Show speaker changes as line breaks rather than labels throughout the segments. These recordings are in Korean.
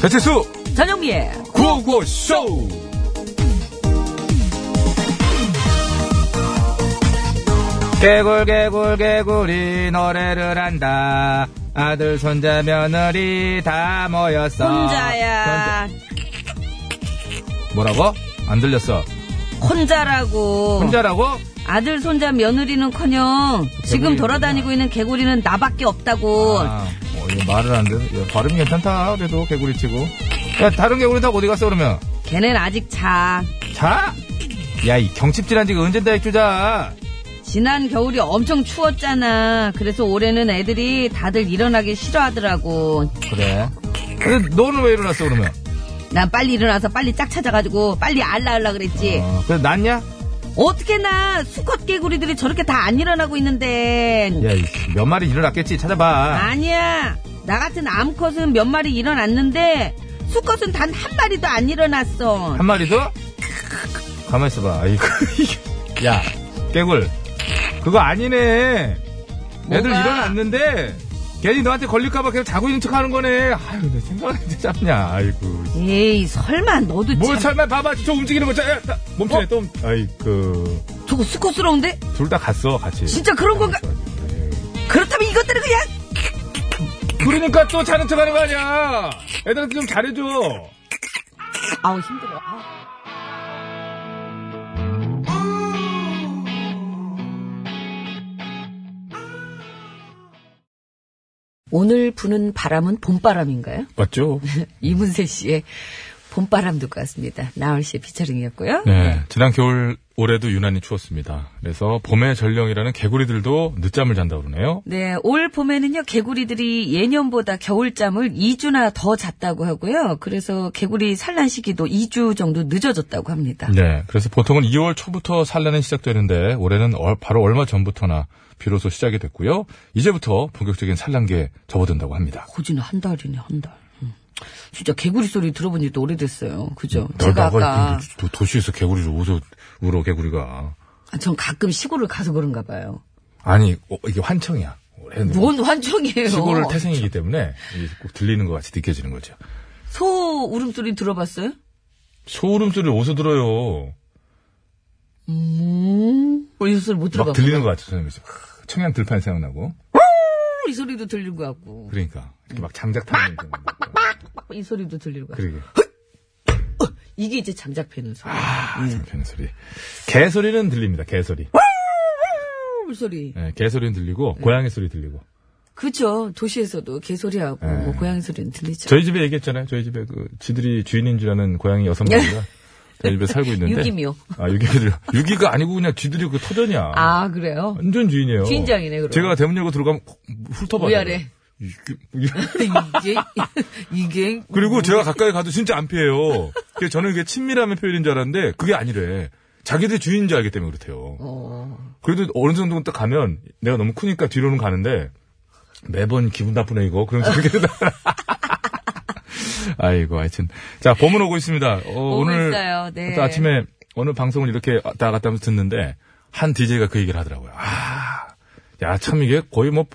배치수
전영미의
구호구호쇼
개굴 개굴 개굴이 노래를 한다 아들 손자 며느리 다 모였어
혼자야.
손자- 뭐라고? 안 들렸어
혼자라고.
혼자라고?
아들, 손자, 며느리는커녕 지금
개구리구나.
돌아다니고 있는 개구리는 나밖에 없다고.
아, 어, 이거 말을 안 듣는 발음이 괜찮다 그래도 개구리치고 야 다른 개구리 타고 어디 갔어 그러면
걔는 아직 자.
자! 야 이 경칩질한 지가 언젠다 액주자
지난 겨울이 엄청 추웠잖아. 그래서 올해는 애들이 다들 일어나기 싫어하더라고.
그래 근데 너는 왜 일어났어 그러면?
난 빨리 일어나서 빨리 짝 찾아가지고 빨리 알라 알라 그랬지.
아.
어, 그래서 났냐?
어떻게 나 수컷 개구리들이 저렇게 다 안 일어나고 있는데.
야몇 마리 일어났겠지 찾아봐
아니야. 나 같은 암컷은 몇 마리 일어났는데 수컷은 단 한 마리도 안 일어났어.
한 마리도? 가만 있어봐. 아이고, 이게- 야, 깨굴. 그거 아니네. 애들
뭐가?
일어났는데, 괜히 너한테 걸릴까봐 계속 자고 있는 척 하는 거네. 아유, 내 생각했는데 잡냐. 아이고.
에이 설마 너도
뭘
참
설마 봐봐. 저 움직이는 거. 자, 야, 나 멈추네.
어?
또. 움직- 아이고. 그,
저거 수컷스러운데?
둘 다 갔어, 같이.
진짜 그런 건가? 그렇다면 이것들은 그냥
그러니까 또 자는 척 하는 거 아니야. 애들한테 좀 잘해줘.
아우 힘들어. 아. 오늘 부는 바람은 봄바람인가요?
맞죠?
이문세 씨의 봄바람 듣고 왔습니다. 나얼 씨의 피처링이었고요.
네, 지난 겨울 올해도 유난히 추웠습니다. 그래서 봄의 전령이라는 개구리들도 늦잠을 잔다 그러네요.
네, 올 봄에는요, 개구리들이 예년보다 겨울잠을 2주나 더 잤다고 하고요. 그래서 개구리 산란 시기도 2주 정도 늦어졌다고 합니다.
네, 그래서 보통은 2월 초부터 산란이 시작되는데 올해는 얼- 바로 얼마 전부터나 비로소 시작이 됐고요. 이제부터 본격적인 산란기에 접어든다고 합니다.
고지는 한 달이네, 한 달. 음. 진짜 개구리 소리 들어본 지도 오래됐어요. 그죠?
네, 그 도시에서 개구리를 웃어 울어 개구리가
아, 전 가끔 시골을 가서 그런가 봐요.
아니 어, 이게 환청이야. 올해는
뭔 환청이에요.
네. 시골을 태생이기 때문에 이게 꼭 들리는 것 같이 느껴지는 거죠.
소 울음소리 들어봤어요?
소울음소리를 어디서 들어요?
음, 어, 이 소리 못
막
들어봤고.
들리는 것 같죠, 선생님께서. 청양 들판 생각나고.
이 소리도 들리고 하고.
그러니까. 이렇게 막 장작 타는 거.
이 소리도 들리고 하고.
그러게.
이게 이제 네. 장작 패는 소리.
편 소리. 개 소리는 들립니다, 개 소리.
울 소리.
네, 개 소리는 들리고, 고양이 소리 들리고.
그죠. 도시에서도 개소리하고
네.
뭐 고양이 소리는 들리죠.
저희 집에 얘기했잖아요. 저희 집에 그, 지들이 주인인 줄 아는 고양이 여섯 마리가 저희 집에 살고 있는데.
유기묘.
아, 유기묘들. 유기가 아니고 그냥 쥐들이 그 터전이야.
아 그래요?
완전 주인이에요.
주인장이네, 그럼.
제가 대문 열고 들어가면 콕 훑어봐요.
위아래.
이게- 이게-
이게 이게
그리고 제가 가까이 가도 진짜 안 피해요. 그래서 저는 그게 친밀함의 표현인 줄 알았는데 그게 아니래. 자기들 주인인 줄 알기 때문에 그렇대요.
어,
그래도 어느 정도 딱 가면 내가 너무 크니까 뒤로는 가는데 매번 기분 나쁘네 이거. 그러면서 그렇게 되다. 아이고 하여튼 자 봄은 오고 있습니다. 어,
오고
오늘
있어요. 네.
또 아침에 어느 방송을 이렇게 왔다 갔다 하면서 듣는데 한 DJ가 그 얘기를 하더라고요. 아, 야 참 이게 거의 뭐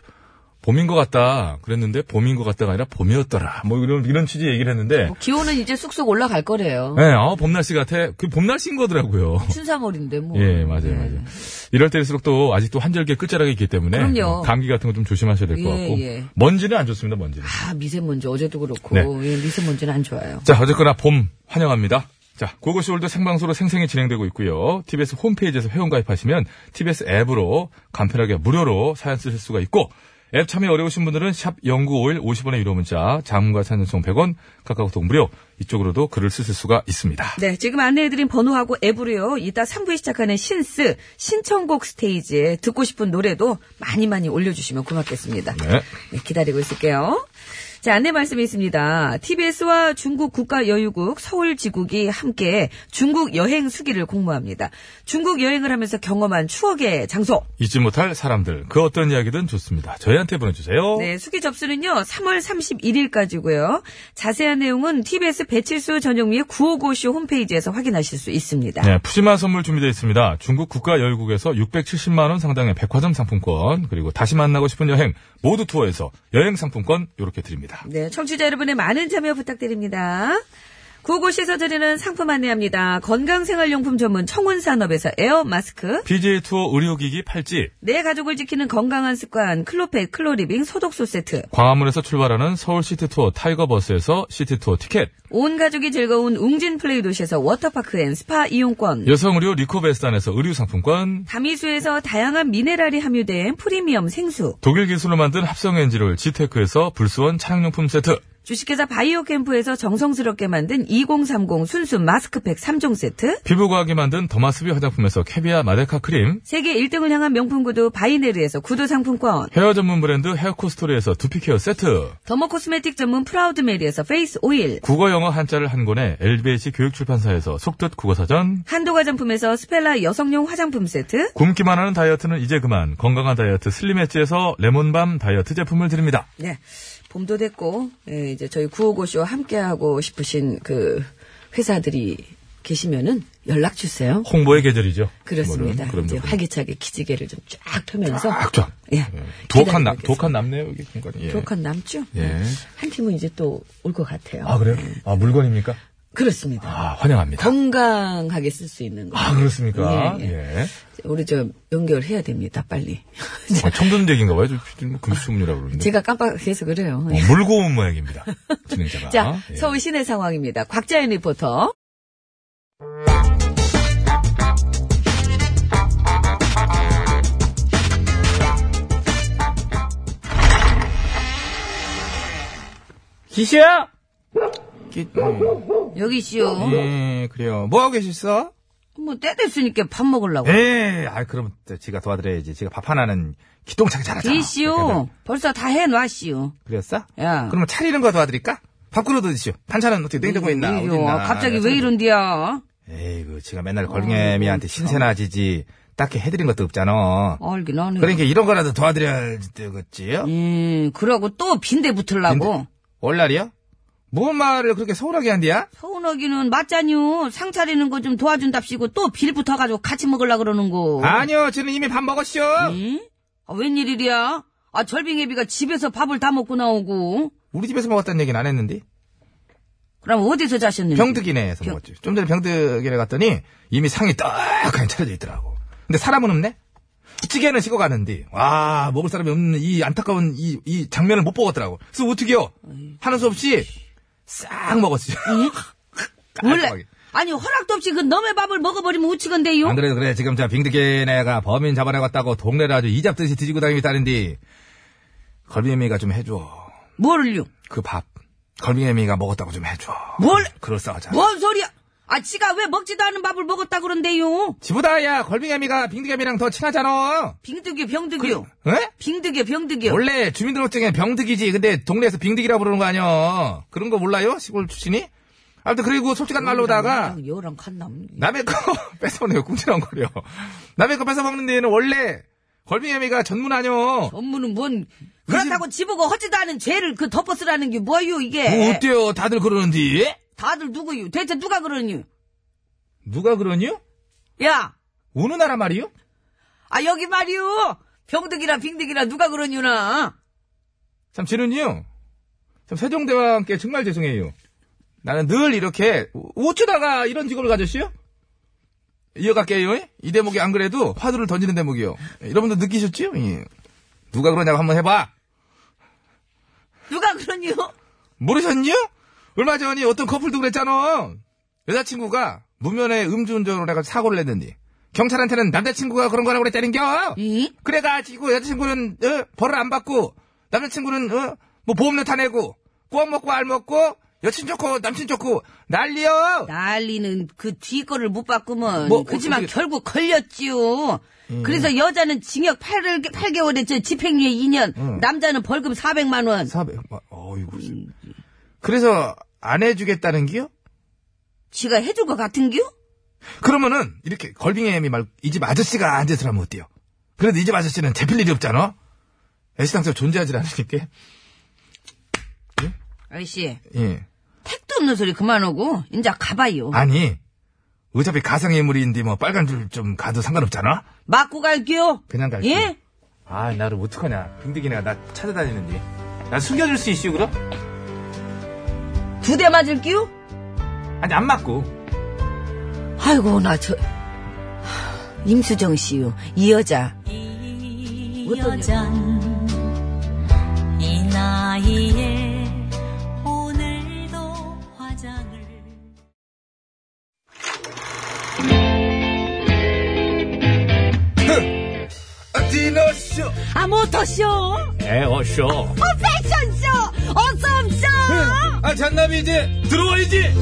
봄인 것 같다 그랬는데 봄인 것 같다가 아니라 봄이었더라 뭐 이런 이런 취지의 얘기를 했는데
뭐 기온은 이제 쑥쑥 올라갈 거래요.
네, 아, 봄 날씨 같아. 그 봄 날씨인 거더라고요.
춘삼월인데 뭐.
예, 맞아요,
네.
맞아요. 이럴 때일수록 또 아직도 한절기의 끝자락이 있기 때문에
그럼요.
감기 같은 거 좀 조심하셔야 될 것
예,
같고
예.
먼지는 안 좋습니다, 먼지는.
아 미세먼지 어제도 그렇고
네.
예, 미세먼지는 안 좋아요.
자, 어쨌거나 봄 환영합니다. 자, 고고시 올드 생방송으로 생생히 진행되고 있고요. TBS 홈페이지에서 회원 가입하시면 TBS 앱으로 간편하게 무료로 사연 쓰실 수가 있고 앱 참여 어려우신 분들은 샵 0951 50원의 유료 문자, 장문과 사연송 100원, 카카오톡 무료 이쪽으로도 글을 쓰실 수가 있습니다.
네, 지금 안내해드린 번호하고 앱으로요. 이따 3부에 시작하는 신스 신청곡 스테이지에 듣고 싶은 노래도 많이 많이 올려주시면 고맙겠습니다.
네.
네, 기다리고 있을게요. 자, 안내 말씀이 있습니다. TBS와 중국 국가여유국 서울지국이 함께 중국 여행 수기를 공모합니다. 중국 여행을 하면서 경험한 추억의 장소.
잊지 못할 사람들 그 어떤 이야기든 좋습니다. 저희한테 보내주세요.
네, 수기 접수는요, 3월 31일까지고요. 자세한 내용은 TBS 배칠수 전용미의 955쇼 홈페이지에서 확인하실 수 있습니다.
네, 푸짐한 선물 준비되어 있습니다. 중국 국가 열국에서 670만 원 상당의 백화점 상품권 그리고 다시 만나고 싶은 여행 모두 투어에서 여행 상품권 요렇게 드립니다.
있습니다.
네, 청취자 여러분의 많은 참여 부탁드립니다. 구호고시에서 드리는 상품 안내합니다. 건강생활용품 전문 청운산업에서 에어마스크,
BJ 투어 의료기기 팔찌,
내네 가족을 지키는 건강한 습관 클로펫 클로리빙 소독소 세트,
광화문에서 출발하는 서울 시티투어 타이거버스에서 시티투어 티켓,
온 가족이 즐거운 웅진 플레이 도시에서 워터파크 앤 스파 이용권,
여성 의료 리코베스탄에서 의류 상품권,
다미수에서 다양한 미네랄이 함유된 프리미엄 생수,
독일 기술로 만든 합성 엔지를 지테크에서 불수원 차량용품 세트,
주식회사 바이오캠프에서 정성스럽게 만든 2030 순수 마스크팩 3종 세트,
피부과학이 만든 더마스비 화장품에서 캐비아 마데카 크림,
세계 1등을 향한 명품 구두 바이네르에서 구두 상품권,
헤어 전문 브랜드 헤어코스토리에서 두피케어 세트,
더머 코스메틱 전문 프라우드메리에서 페이스 오일,
국어 영어 한자를 한 권에 LBH 교육출판사에서 속뜻 국어사전,
한도 화장품에서 스펠라 여성용 화장품 세트,
굶기만 하는 다이어트는 이제 그만 건강한 다이어트 슬림엣지에서 레몬밤 다이어트 제품을 드립니다.
네. 봄도 됐고, 예, 이제 저희 구호고쇼 함께하고 싶으신 그 회사들이 계시면은 연락 주세요.
홍보의 계절이죠.
그렇습니다.
그럼
이제 활기차게 기지개를 좀 쫙 펴면서.
쫙쫙.
예.
아, 도학한 남,
기다리고
도학한 남네요, 여기 공간이. 예.
있겠습니다. 도학한 남죠?
네. 예.
한 팀은 이제 또 올 것 같아요.
아, 그래요? 아, 물건입니까?
그렇습니다.
아, 환영합니다.
건강하게 쓸 수 있는 거.
아, 그렇습니까?
예,
예.
예. 우리 저 연결해야 됩니다, 빨리.
아, 청든 얘기인가 봐요. 뭐 금수문이라고 그러는데.
제가 깜빡해서 그래요.
어, 물고 온 모양입니다. 진행자가.
자,
예.
서울 시내 상황입니다. 곽자연 리포터.
기시야!
음.
여기 있슈.
예, 그래요. 뭐하고 계셨어?
뭐, 때 됐으니까 밥 먹으려고.
예, 아, 그럼 또 제가 도와드려야지. 제가 밥 하나는 기똥차게 잘하잖아.
이씨요. 벌써 다 해놨씨요.
그랬어?
야.
그러면 차리는 거 도와드릴까? 밥그릇 어디시오? 반찬은 어떻게 냉장고에 있나?
이리요. 아,
어디 있나?
갑자기
내가
왜
차리-
이런디야?
에이구, 제가 맨날 걸갱애미한테 신세나 지지. 딱히 해드린 것도 없잖아.
알긴 하네.
그러니까 이런 거라도 도와드려야지, 되겠지요? 어?
음, 그러고 또 빈대 붙으려고.
월날이요? 뭔 말을 그렇게 서운하게 한디야?
서운하기는 맞잖요. 상 차리는 거 좀 도와준답시고 또 빌 붙어가지고 같이 먹으려고 그러는
어.
거.
아니요, 저는 이미 밥 먹었쇼.
응? 아, 웬일이랴? 아, 절빙애비가 집에서 밥을 다 먹고 나오고.
우리 집에서 먹었다는 얘기는 안 했는데.
그럼 어디서 자셨는지.
병득이네에서
병-
먹었죠. 좀 전에 병득이네 갔더니 이미 상이 떡하니 차려져 있더라고. 근데 사람은 없네? 찌개는 식어 가는데, 와, 먹을 사람이 없는 이 안타까운 이, 이 장면을 못 보겠더라고. 그래서 어떻게요? 하는 수 없이 싹 먹었어요.
원래.
깔끔하게.
아니, 허락도 없이 그 놈의 밥을 먹어버리면 우치건데요.
안 그래도 그래. 지금 저 빙득이네가 범인 잡아내갔다고 동네를 아주 이잡듯이 뒤지고 다니고 있다는데, 걸비애미가 좀 해줘.
뭐를요?
그 밥. 걸비애미가 먹었다고 좀 해줘.
뭘?
그럴싸하자.
뭔 소리야? 아, 지가 왜 먹지도 않은 밥을 먹었다 그런데요?
지보다 야 걸빙애미가 빙득애미랑 더 친하잖아.
빙득이요, 병득이요.
에?
빙득이요, 병득이요.
원래 주민등록증에 병득이지. 근데 동네에서 빙득이라고 부르는 거 아니야. 그런 거 몰라요? 시골 출신이? 아무튼 그리고
음,
솔직한 말로다가
여랑 칸남.
남의 거 뺏어먹네요. 꿈지렁거려. 남의 거 뺏어먹는 데는 원래 걸빙애미가 전문 아니야.
업무는 뭔 그렇다고 지보고 허지도 않은 죄를 그 덮어쓰라는 게 뭐요 이게?
뭐 어때요? 다들 그러는데?
다들 누구요? 대체 누가 그러니?
누가 그러니요?
야,
어느 나라 말이요?
아 여기 말이요. 병득이라 빙득이라 누가 그러니나?
참 저는요. 참 세종대왕께 정말 죄송해요. 나는 늘 이렇게 우- 어쩌다가 이런 직업을 가졌어요? 이어갈게요. 이 대목이 안 그래도 화두를 던지는 대목이요. 여러분도 느끼셨죠? 예. 누가 그러냐고 한번 해봐.
누가 그러니요?
모르셨니요? 얼마 전에 어떤 커플도 그랬잖아. 여자친구가 무면허 음주운전을 해가 사고를 냈는데 경찰한테는 남자친구가 그런 거라고 그랬다는겨.
이?
그래가지고 여자친구는 어, 벌을 안 받고 남자친구는 어, 뭐 보험료 타내고 꽝 먹고 알 먹고 여친 좋고 남친 좋고 난리여
난리는 그 뒤 거를 못 바꾸면
뭐,
그지만
어떻게- 음.
결국 걸렸지요. 그래서 여자는 징역 8, 8개월에 저 집행유예 2년,
음.
남자는 벌금 400만 원.
400, 어이구 그래서 안 해주겠다는 기요?
지가 해줄 것 같은겨?
그러면은 이렇게 걸빙애미 말고 이 집 아저씨가 앉아서 하면 어때요? 그래도 이 집 아저씨는 제필 일이 없잖아 애시당초 존재하지 않으니까
아저씨,
예.
택도 없는 소리 그만하고, 이제 가봐요.
아니 어차피 가상인물인데 뭐 빨간 줄 좀 가도 상관없잖아
맞고 갈게요.
그냥 갈게
예?
아 나를 어떡하냐 빙득이네가 나 찾아다니는데 나 숨겨줄 수 있슈 그럼?
두 대 맞을 끼요?
아니 안 맞고
아이고 나 저 임수정 씨요 이 여자
이
어떤
여잔 이 나이에 오늘도 화장을
디너쇼
아 모터쇼
예,
에어쇼.
패션쇼 어썸쇼
아 잔나비 이제 들어와야지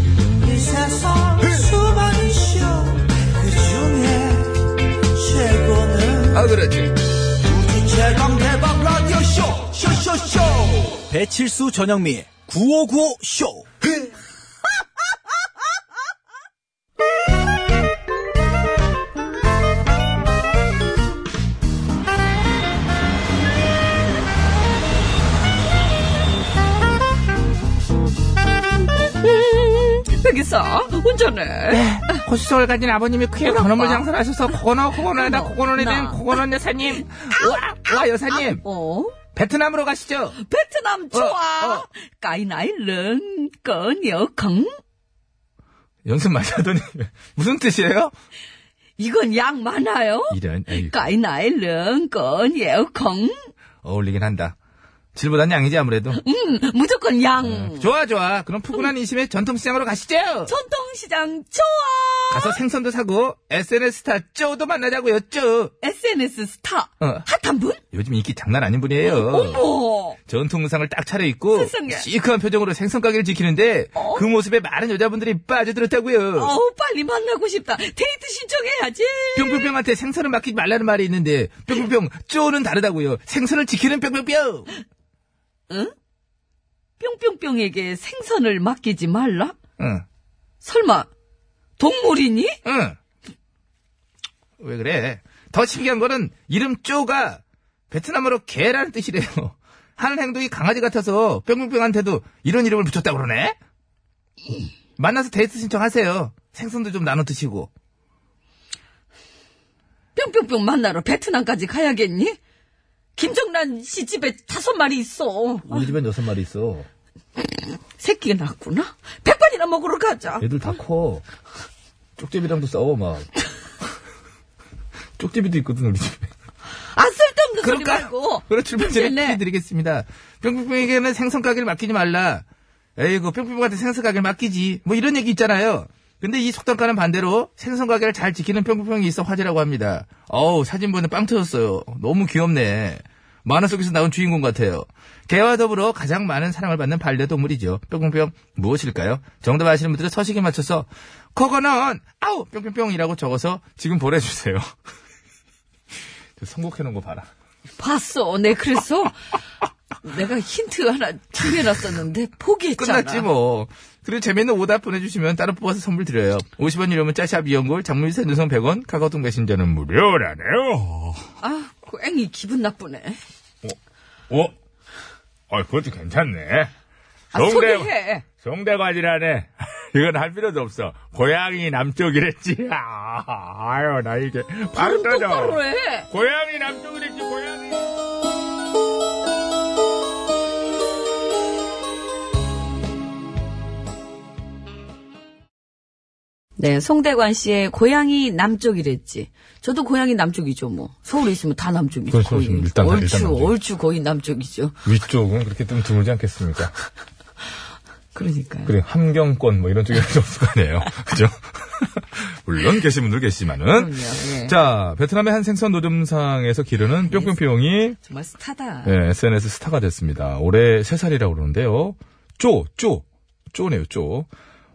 이 세상 수많은 쇼그 중에 최고는
아 그렇지
우주 최강 대박 라디오 쇼 쇼쇼쇼
배칠수 전영미 9595 쇼.
백이사 운전해.
고시성을 가진 아버님이 크게
그럼
건어물
봐.
장사를 하셔서 코고노 코고노에다
나,
코고노에 대한
그러니까. 어, 나. 아.
코고노 여사님 와, 와 여사님
어?
베트남으로 가시죠
베트남
어,
좋아.
어.
까이나이른 건여컹.
연습 많이 하더니 무슨 뜻이에요?
이건 양 많아요.
이런 에이,
까이나이른 건여컹.
어울리긴 한다 질보단 양이지 아무래도 어,
음, 무조건 양.
좋아 좋아 그럼 푸근한 인심의 전통시장으로 가시죠
전통시장 좋아.
가서 생선도 사고 SNS 스타 쪼도 만나자고요 쪼
SNS 스타
어.
핫한 분?
요즘 인기 장난 아닌 분이에요
어머.
전통 의상을 딱 차려입고
세상에. 어?
시크한 표정으로 생선 가게를 지키는데 그 모습에 많은 여자분들이 빠져들었다고요
어우 빨리 만나고 싶다. 데이트 신청해야지.
뿅뿅뿅한테 생선을 맡기지 말라는 말이 있는데 뿅뿅뿅 쪼는 다르다고요. 생선을 지키는 뿅뿅뿅.
뿅뿅뿅에게 생선을 맡기지 말라?
응,
설마 동물이니?
응. 왜 그래? 더 신기한 거는 이름 쪼가 베트남어로 개라는 뜻이래요. 하는 행동이 강아지 같아서 뿅뿅뿅한테도 이런 이름을 붙였다고 그러네. 만나서 데이트 신청하세요. 생선도 좀 나눠 드시고.
뿅뿅뿅 만나러 베트남까지 가야겠니? 김정란 씨 집에 다섯 마리 있어.
우리 집엔 여섯 마리 있어.
새끼가 낳았구나. 백반이나 먹으러 가자.
애들 다 커. 쪽제비랑도 싸워 막. 쪽제비도 있거든 우리 집에.
아 쓸데없는 소리
그럴까요?
말고.
그럼 출발 전에
네.
퀴즈 드리겠습니다. 뿅뿅뿅에게는 생선 가게를 맡기지 말라. 에이구, 뿅뿅뿅한테 생선 가게를 맡기지. 뭐 이런 얘기 있잖아요. 근데 이 속담과는 반대로 생선 가게를 잘 지키는 뿅뿅뿅이 있어 화제라고 합니다. 어우, 사진 보는데 빵 터졌어요. 너무 귀엽네. 만화 속에서 나온 주인공 같아요. 개와 더불어 가장 많은 사랑을 받는 반려동물이죠. 뿅뿅뿅 무엇일까요? 정답 아시는 분들은 서식에 맞춰서 그거는 아우 뿅뿅뿅이라고 적어서
지금 보내주세요. 저 선곡해놓은 거 봐라.
봤어. 내 그래서 내가 힌트 하나 준비해놨었는데 포기했잖아.
끝났지 뭐. 그리고 재밌는 오답 보내주시면 따로 뽑아서 선물 드려요. 50원 유료면 짜샵 이연골, 장문일 세누성 100원, 카카오톡 메신저는 무료.
묘라네요.
아, 꽹이 기분 나쁘네.
어? 어, 그것도 괜찮네.
아,
정답.
소개해.
송대관이라네. 이건 할 필요도 없어. 고양이 남쪽이랬지. 아, 아유, 나 이게. 바로
똑바로
떠져.
해.
고양이 남쪽이랬지, 고양이.
네, 송대관 씨의 고향이 남쪽이랬지. 저도 고향이 남쪽이죠, 뭐. 서울에 있으면 다 남쪽이죠.
그렇죠,
거의.
지금 일단 다
얼추,
일단 남쪽이죠.
얼추 거의 남쪽이죠.
위쪽은 그렇게 뜨면 드물지 않겠습니까?
그러니까요.
그리고 함경권 뭐 이런 쪽이 없을 거 아니에요. 그죠? 물론 계신 분들 계시지만은.
그럼요, 예.
자, 베트남의 한 생선 노점상에서 기르는 뿅뿅뿅이
정말 스타다.
예, SNS 스타가 됐습니다. 올해 3살이라고 그러는데요. 쪼, 쪼, 쪼네요, 쪼.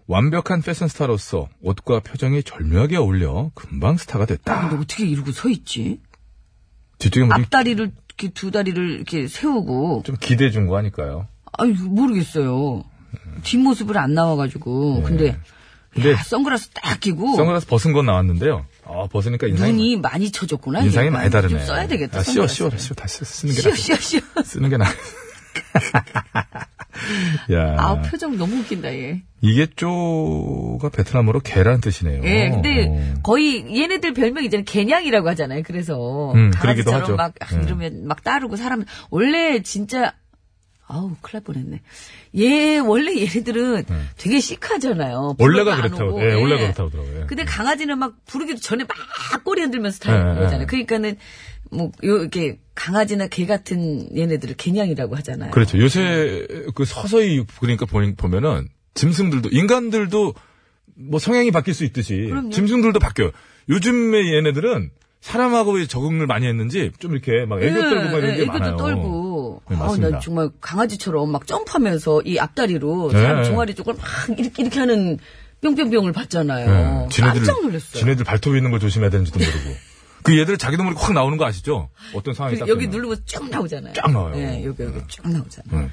완벽한 패션 스타로서 옷과 표정이 절묘하게 어울려 금방 스타가
근데
됐다.
어떻게 이러고 서 있지?
뒤쪽에 뭐좀
앞다리를, 이렇게 두 다리를 이렇게 세우고.
좀 기대해 준 거 아닐까요?
아유, 모르겠어요. 뒷모습을 안 나와가지고. 근데,
네. 근데
야, 선글라스 딱 끼고.
선글라스 벗은 건 나왔는데요. 아, 벗으니까 인상이,
눈이 많이 쳐졌구나.
인상이
얘가.
많이 다르네.
좀 써야 되겠다.
아, 씌워,
선글라스.
씌워, 씌워. 다시 쓰는 게
씌워,
낫
씌워, 씌워.
쓰는 게 나아. 야,
아, 표정 너무 웃긴다, 얘.
이게 쪼가 베트남어로 개라는 뜻이네요.
예, 근데
어.
거의 얘네들 별명이 이제 개냥이라고 하잖아요. 그래서
음, 그러기도
강아지처럼
하죠.
막
예.
이러면 막 따르고 사람 원래 진짜 아우, 큰일 날 뻔했네. 얘, 원래 얘네들은
음.
되게
원래가
시크하잖아요. 불러도 안
그렇다고,
오고.
예, 원래
예.
그렇다고 하더라고요. 예.
근데 강아지는 막 부르기도 전에 막 꼬리 흔들면서
예,
다니는
예,
거잖아요.
예.
그러니까는, 뭐, 요, 이렇게, 강아지나 개 같은 얘네들을 개냥이라고 하잖아요.
그렇죠. 요새 그 서서히 그러니까 보- 보면은 짐승들도 인간들도 뭐 성향이 바뀔 수 있듯이
그럼요.
짐승들도 바뀌어요. 요즘에 얘네들은 사람하고 왜 적응을 많이 했는지 좀 이렇게 막 애교 떨고 막 이런 게
예, 애교도
많아요.
떨고.
네,
아우,
맞습니다.
난 정말 강아지처럼 막 점프하면서 이 앞다리로
네.
사람 종아리 쪽을 막 이렇게 이렇게 하는 뿅뿅뿅을
예.
봤잖아요. 어, 깜짝 놀랐어요.
지네들 발톱 있는 걸 조심해야 되는지도 모르고. 그 얘들 자기도 모르게 확 나오는 거 아시죠? 어떤 상황이
그
딱
여기
되면.
누르면 쭉 나오잖아요.
쫙 나와요.
네, 여기 여기 쭉 나오잖아요.
네.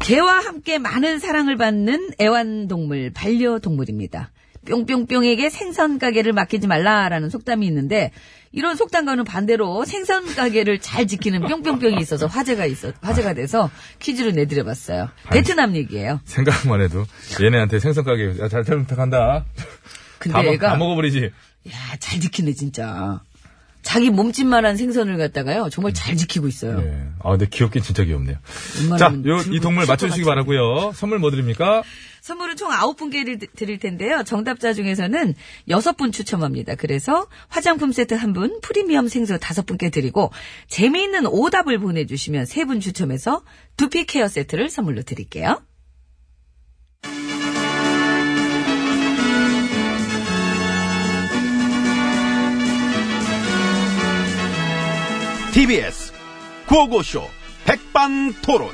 개와 함께 많은 사랑을 받는 애완동물 반려동물입니다. 뿅뿅뿅에게 생선 가게를 맡기지 말라라는 속담이 있는데 이런 속담과는 반대로 생선 가게를 잘 지키는 뿅뿅뿅이 있어서 화제가 있어 화제가 돼서 퀴즈로 내드려봤어요. 베트남 얘기예요.
생각만 해도 얘네한테 생선 가게 야, 잘 부탁한다. 다,
근데
먹,
얘가
다 먹어버리지.
야, 잘 지키네, 진짜. 자기 몸짓만한 생선을 갖다가요, 정말 잘 지키고 있어요.
예. 아, 근데 귀엽긴 진짜 귀엽네요. 자,
웬만하면
요, 이
들고
동물
칠
맞춰주시기
것 같은데.
바라고요 선물 뭐 드립니까?
선물은 총 9분께 드릴 텐데요. 정답자 중에서는 6분 추첨합니다. 그래서 화장품 세트 1분, 프리미엄 생수 5분께 드리고, 재미있는 오답을 보내주시면 3분 추첨해서 두피 케어 세트를 선물로 드릴게요.
TBS 구호고쇼 백반토론.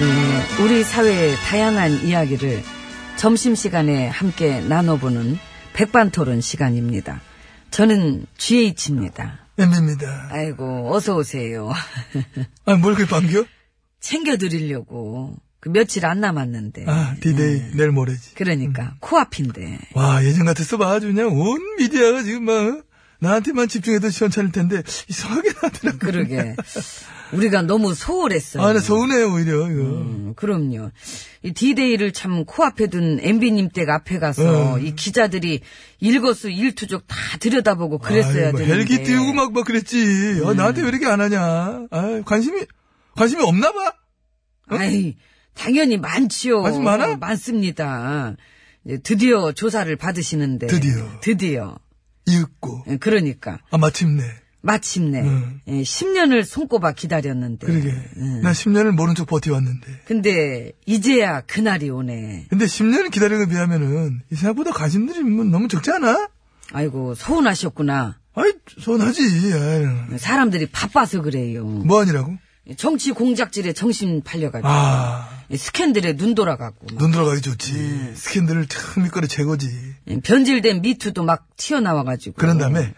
네, 우리 사회의 다양한 이야기를 점심시간에 함께 나눠보는 백반토론 시간입니다. 저는 GH입니다.
엠비입니다.
아이고, 어서오세요.
아, 뭘 그렇게 반겨?
챙겨드리려고. 그 며칠 안 남았는데.
아, 디데이,
음.
내일 모레지.
그러니까,
음.
코앞인데.
와, 예전 같았어 봐. 아주 그냥 온 미디어가 지금 막, 나한테만 집중해도 시원찮을 텐데, 이상하게 나더라고.
그러게. 우리가 너무 소홀했어요.
아, 나 서운해, 오히려, 이거.
음, 그럼요. 이 D-Day를 참 코앞에 둔 MB님 댁 앞에 가서
네.
이 기자들이 일거수 일투족 다 들여다보고 그랬어야
아이, 뭐
되는데. 네.
헬기 띄우고 막, 막 그랬지. 아, 나한테 왜 이렇게 안 하냐. 아, 관심이, 관심이 없나 봐.
아이, 당연히 많지요.
관심 어? 많아?
습니다 드디어 조사를 받으시는데.
드디어.
드디어.
이윽고.
예, 그러니까.
아, 마침내.
마침내.
음.
예, 10년을 손꼽아 기다렸는데.
그러게.
음.
나 10년을 모른 척 버텨왔는데.
근데, 이제야 그날이 오네.
근데 10년을 기다린 거에 비하면은, 이 생각보다 관심들이 뭐 너무 적지 않아?
아이고, 서운하셨구나.
아이, 서운하지. 아이,
사람들이 바빠서 그래요.
뭐 아니라고?
정치 공작질에 정신 팔려가지고.
아,
스캔들에 눈 돌아가고. 막
눈 들어가기 좋지.
네.
스캔들을 참 밑거리 제거지.
변질된 미투도 막 튀어나와가지고.
그런
네.
다음에,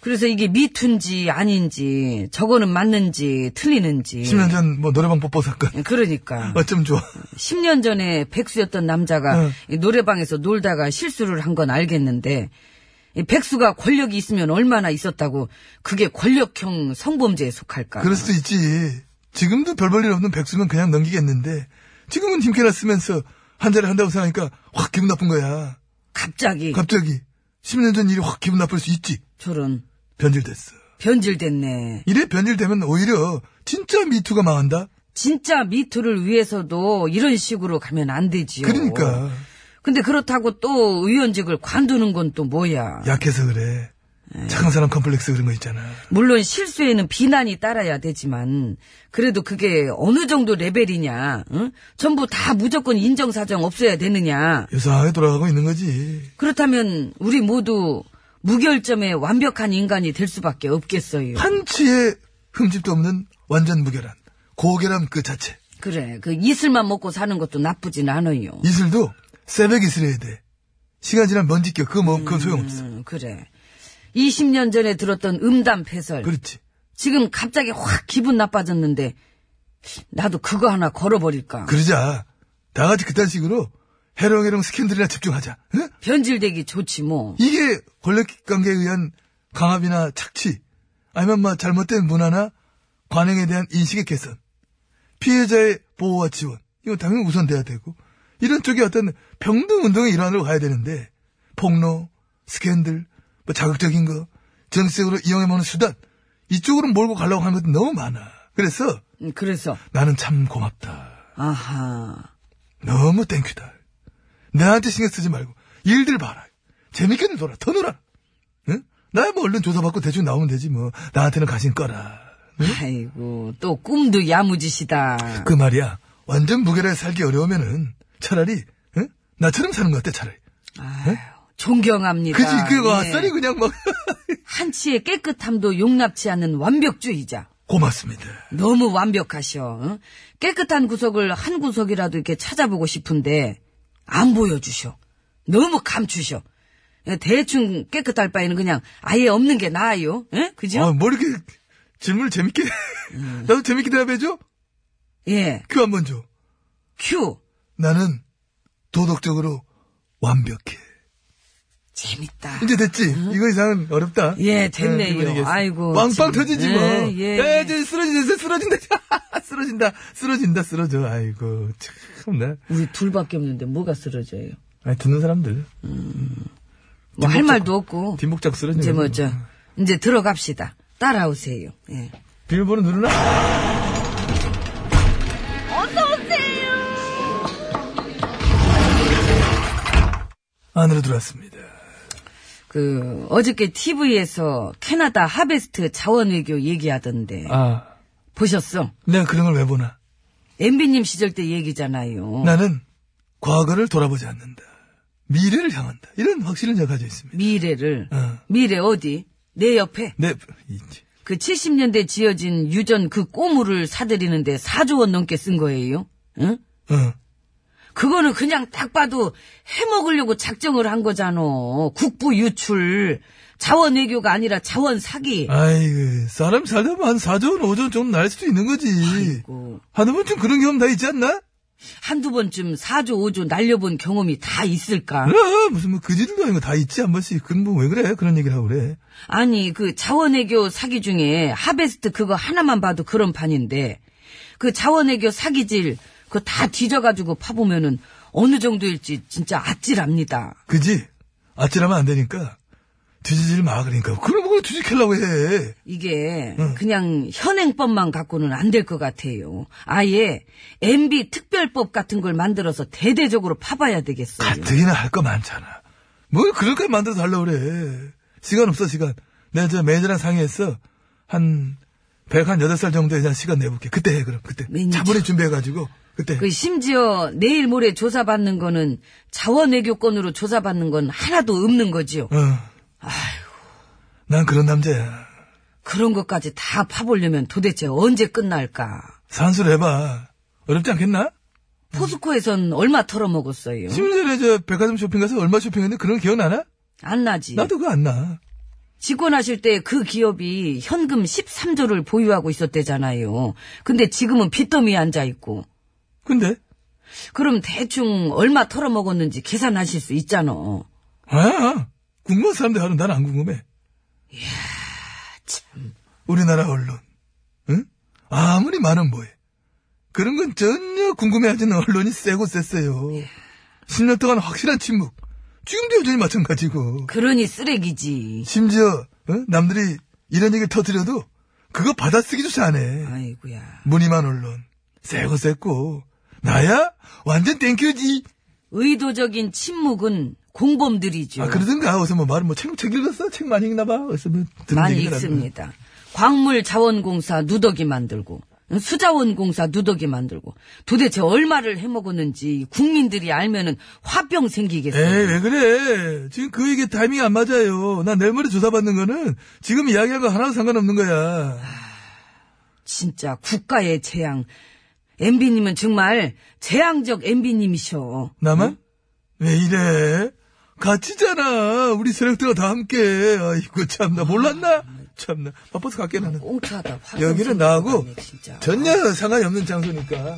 그래서 이게 미투인지 아닌지, 저거는 맞는지, 틀리는지.
10년 전, 뭐, 노래방 뽀뽀 사건.
그러니까.
어쩜 좋아.
10년 전에 백수였던 남자가
응.
이 노래방에서 놀다가 실수를 한 건 알겠는데, 이 백수가 권력이 있으면 얼마나 있었다고 그게 권력형 성범죄에 속할까.
그럴 수도 있지. 지금도 별 볼 일 없는 백수면 그냥 넘기겠는데, 지금은 힘캐나 쓰면서 한 잔을 한다고 생각하니까 확 기분 나쁜 거야.
갑자기
갑자기, 10년 전 일이 확 기분 나쁠 수 있지.
저런
변질됐어.
변질됐네.
이래 변질되면 오히려 진짜 미투가 망한다?
진짜 미투를 위해서도 이런 식으로 가면 안 되지요.
그러니까.
근데 그렇다고 또 의원직을 관두는 건 또 뭐야.
약해서 그래. 착한 사람 컴플렉스 그런 거 있잖아.
물론 실수에는 비난이 따라야 되지만 그래도 그게 어느 정도 레벨이냐 응? 전부 다 무조건 인정사정 없어야 되느냐
유사하게 돌아가고 있는 거지.
그렇다면 우리 모두 무결점의 완벽한 인간이 될 수밖에 없겠어요
한치의 흠집도 없는 완전 무결한. 고결함 그 자체.
그래 그 이슬만 먹고 사는 것도 나쁘진 않아요
이슬도 새벽 이슬해야 돼. 시간 지나면 먼지 껴. 그거 뭐, 그건 소용없어.
음, 그래 20년 전에 들었던 음담패설
그렇지.
지금 갑자기 확 기분 나빠졌는데 나도 그거 하나 걸어버릴까
그러자. 다 같이 그딴 식으로 해롱해롱 스캔들이나 집중하자. 응?
변질되기 좋지 뭐
이게 권력 관계에 의한 강압이나 착취, 아니면 막 잘못된 문화나 관행에 대한 인식의 개선, 피해자의 보호와 지원, 이거 당연히 우선돼야 되고, 이런 쪽이 어떤 평등 운동의 일환으로 가야 되는데, 폭로, 스캔들, 뭐 자극적인 거, 정치적으로 이용해보는 수단, 이쪽으로 몰고 가려고 하는 것도 너무 많아. 그래서
음, 그래서
나는 참 고맙다.
아하
너무 땡큐다. 나한테 신경 쓰지 말고 일들 봐라. 재밌게 좀 놀아. 더 놀아. 응? 나야 뭐 얼른 조사받고 대충 나오면 되지 뭐. 나한테는 가신 거라.
아이고 또 꿈도 야무지시다.
그 말이야. 완전 무게를 살기 어려우면은 차라리 응? 나처럼 사는 거 어때 차라리.
아유, 존경합니다.
네? 그지? 그
예.
와싸리 그냥 막
한치의 깨끗함도 용납치 않는 완벽주의자.
고맙습니다.
너무 완벽하셔. 응? 깨끗한 구석을 한 구석이라도 이렇게 찾아보고 싶은데 안 보여주셔. 너무 감추셔. 예, 대충 깨끗할 바에는 그냥 아예 없는 게 나아요. 예? 그죠?
아, 뭐 이렇게 질문을 재밌게 나도 재밌게 대답해줘?
예.
큐 한 번 줘.
큐.
나는 도덕적으로 완벽해.
재밌다.
이제 됐지? 이거 이상은 어렵다.
예, 됐네요.
네, 기분이겠어.
아이고, 참.
왕빵 터지지 뭐.
예, 예,
야,
예.
이제 쓰러진다, 쓰러진다. 쓰러진다, 쓰러진다, 쓰러져. 아이고, 참나. 네.
우리 둘밖에 없는데 뭐가 쓰러져요?
아니, 듣는 사람들.
뭐 할 말도 없고.
뒷목장 쓰러지는
이제 뭐,
거죠.
저, 이제 들어갑시다. 따라오세요. 예.
비밀번호 누르나? 안으로 들어왔습니다.
그, 어저께 TV에서 캐나다 하베스트 자원외교 얘기하던데.
아,
보셨어?
내가 그런 걸 왜 보나?
MB님 시절 때 얘기잖아요.
나는 과거를 돌아보지 않는다. 미래를 향한다. 이런 확신을 제가 가지고 있습니다.
미래를.
어.
미래 어디? 내 옆에.
내, 네, 이제.
그 70년대 지어진 유전 그 꼬물을 사들이는데 4조 원 넘게 쓴 거예요. 응?
어.
그거는 그냥 딱 봐도 해먹으려고 작정을 한 거잖아. 국부 유출. 자원 외교가 아니라 자원 사기.
아이고, 사람 살다 보면 한 4전, 5전 정도 날 수도 있는 거지.
아이고.
한두 번쯤 그런 경험 다 있지 않나?
한두 번쯤 4조, 5조 날려본 경험이 다 있을까?
그래, 무슨 뭐 그지들도 아니고 다 있지, 한 번씩. 그건 뭐왜 그래? 그런 얘기를 하고 그래.
아니, 그 자원외교 사기 중에 하베스트 그거 하나만 봐도 그런 판인데, 그 자원외교 사기질, 그거 다 뒤져가지고 파보면은 어느 정도일지 진짜 아찔합니다.
그지? 아찔하면 안 되니까. 뒤지질 마, 그러니까. 그럼 뭐 뒤지키려고 해.
이게 그냥 현행법만 갖고는 안 될 것 같아요. 아예 MB 특별법 같은 걸 만들어서 대대적으로 파봐야 되겠어요.
가뜩이나 할 거 많잖아. 뭘 그렇게 만들어서 하려고 그래. 시간 없어, 시간. 내가 저 매니저랑 상의했어. 한, 100, 한 8살 정도에 그냥 시간 내볼게. 그때 해, 그럼. 그때.
매니저.
차분히 준비해가지고. 그때.
그 심지어 내일 모레 조사받는 거는 자원외교권으로 조사받는 건 하나도 없는 거지요.
어. 난 그런 남자야.
그런 것까지 다 파보려면 도대체 언제 끝날까?
산수를 해봐. 어렵지 않겠나?
포스코에선 얼마 털어먹었어요?
심지어 저 백화점 쇼핑 가서 얼마 쇼핑했는데 그런 거 기억나나?
안 나지.
나도 그거 안 나.
직원하실 때 그 기업이 현금 13조를 보유하고 있었대잖아요. 근데 지금은 빚더미에 앉아있고.
근데?
그럼 대충 얼마 털어먹었는지 계산하실 수 있잖아.
아, 궁금한 사람들 하는 난 안 궁금해. 이야, 참. 우리나라 언론. 응? 아무리 많은 뭐해. 그런 건 전혀 궁금해하지는 언론이 세고 셌어요. 10년 동안 확실한 침묵. 지금도 여전히 마찬가지고.
그러니 쓰레기지.
심지어, 어? 남들이 이런 얘기를 터뜨려도 그거 받아쓰기조차 안 해.
아이고야.
무늬만 언론. 세고 셌고. 나야? 완전 땡큐지.
의도적인 침묵은 공범들이죠.
아, 그러든가. 어서 뭐 말은 뭐 책, 책 읽었어? 책 많이 읽나봐. 어서 뭐 듣는
많이
얘기라도.
읽습니다. 광물자원공사 누더기 만들고 수자원공사 누더기 만들고 도대체 얼마를 해먹었는지 국민들이 알면은 화병 생기겠어요.
에이, 왜 그래. 지금 그 얘기 타이밍이 안 맞아요. 나 내일모레 조사받는 거는 지금 이야기한 거 하나도 상관없는 거야.
진짜 국가의 재앙. MB님은 정말 재앙적 MB님이셔.
나만? 왜 이래? 같이잖아. 우리 세력들과 다 함께. 아이고, 참나. 몰랐나?
네.
참나. 바빠서 갈게, 나는.
꽁트하다. 화성
여기는
성격
나하고
같네, 진짜.
전혀 상관이 없는 장소니까.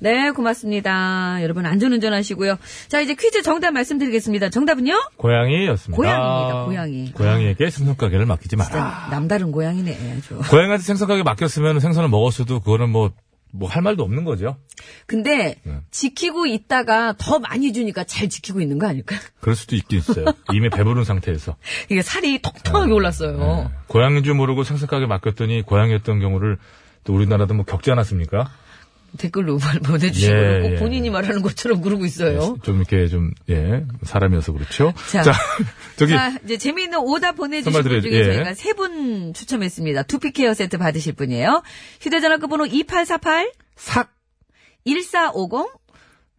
네, 고맙습니다. 여러분 안전운전 하시고요. 자, 이제 퀴즈 정답 말씀드리겠습니다. 정답은요?
고양이였습니다.
고양이입니다, 고양이.
고양이에게 생선가게를 맡기지 마라.
진짜 남다른 고양이네, 아주.
고양이한테 생선가게 맡겼으면 생선을 먹었어도 그거는 뭐, 뭐 할 말도 없는 거죠.
근데
네.
지키고 있다가 더 많이 주니까 잘 지키고 있는 거 아닐까?
그럴 수도 있긴 있어요. 이미 배부른 상태에서.
이게 살이
네.
통통하게 올랐어요.
고양인 줄 모르고 생선가게 맡겼더니 고양이였던 경우를 또 우리나라도 뭐 겪지 않았습니까?
댓글로 말 보내주시고
네. 예,
꼭
예.
본인이 말하는 것처럼 그러고 있어요.
좀 이렇게 좀, 예, 사람이어서 그렇죠.
자.
저기,
자, 이제 재미있는 오답 보내주신
선물
분
드려야죠.
중에
예.
저희가 세 분 추첨했습니다. 두피케어 세트 받으실 분이에요. 휴대전화 끝번호 2848
삭!
1450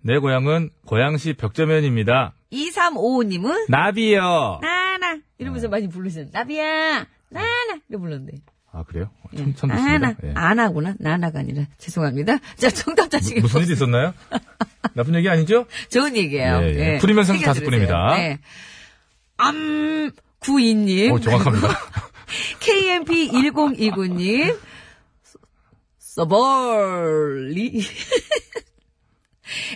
내 고향은 고양시 벽제면입니다.
2355님은
나비요!
나나
네.
이러면서 많이 부르시는 나비야 나나 이렇게 불렀는데
아, 그래요?
예.
참, 참 좋습니다.
나나
예.
안하구나 나나가 아니라 죄송합니다. 자 정답자 지금
무슨 일이 있었나요? 나쁜 얘기 아니죠?
좋은 얘기예요.
예, 예. 프리면 상품 다섯
새겨드리세요.
분입니다.
네. 암 구이님
오, 정확합니다.
KMP 1029님 서벌리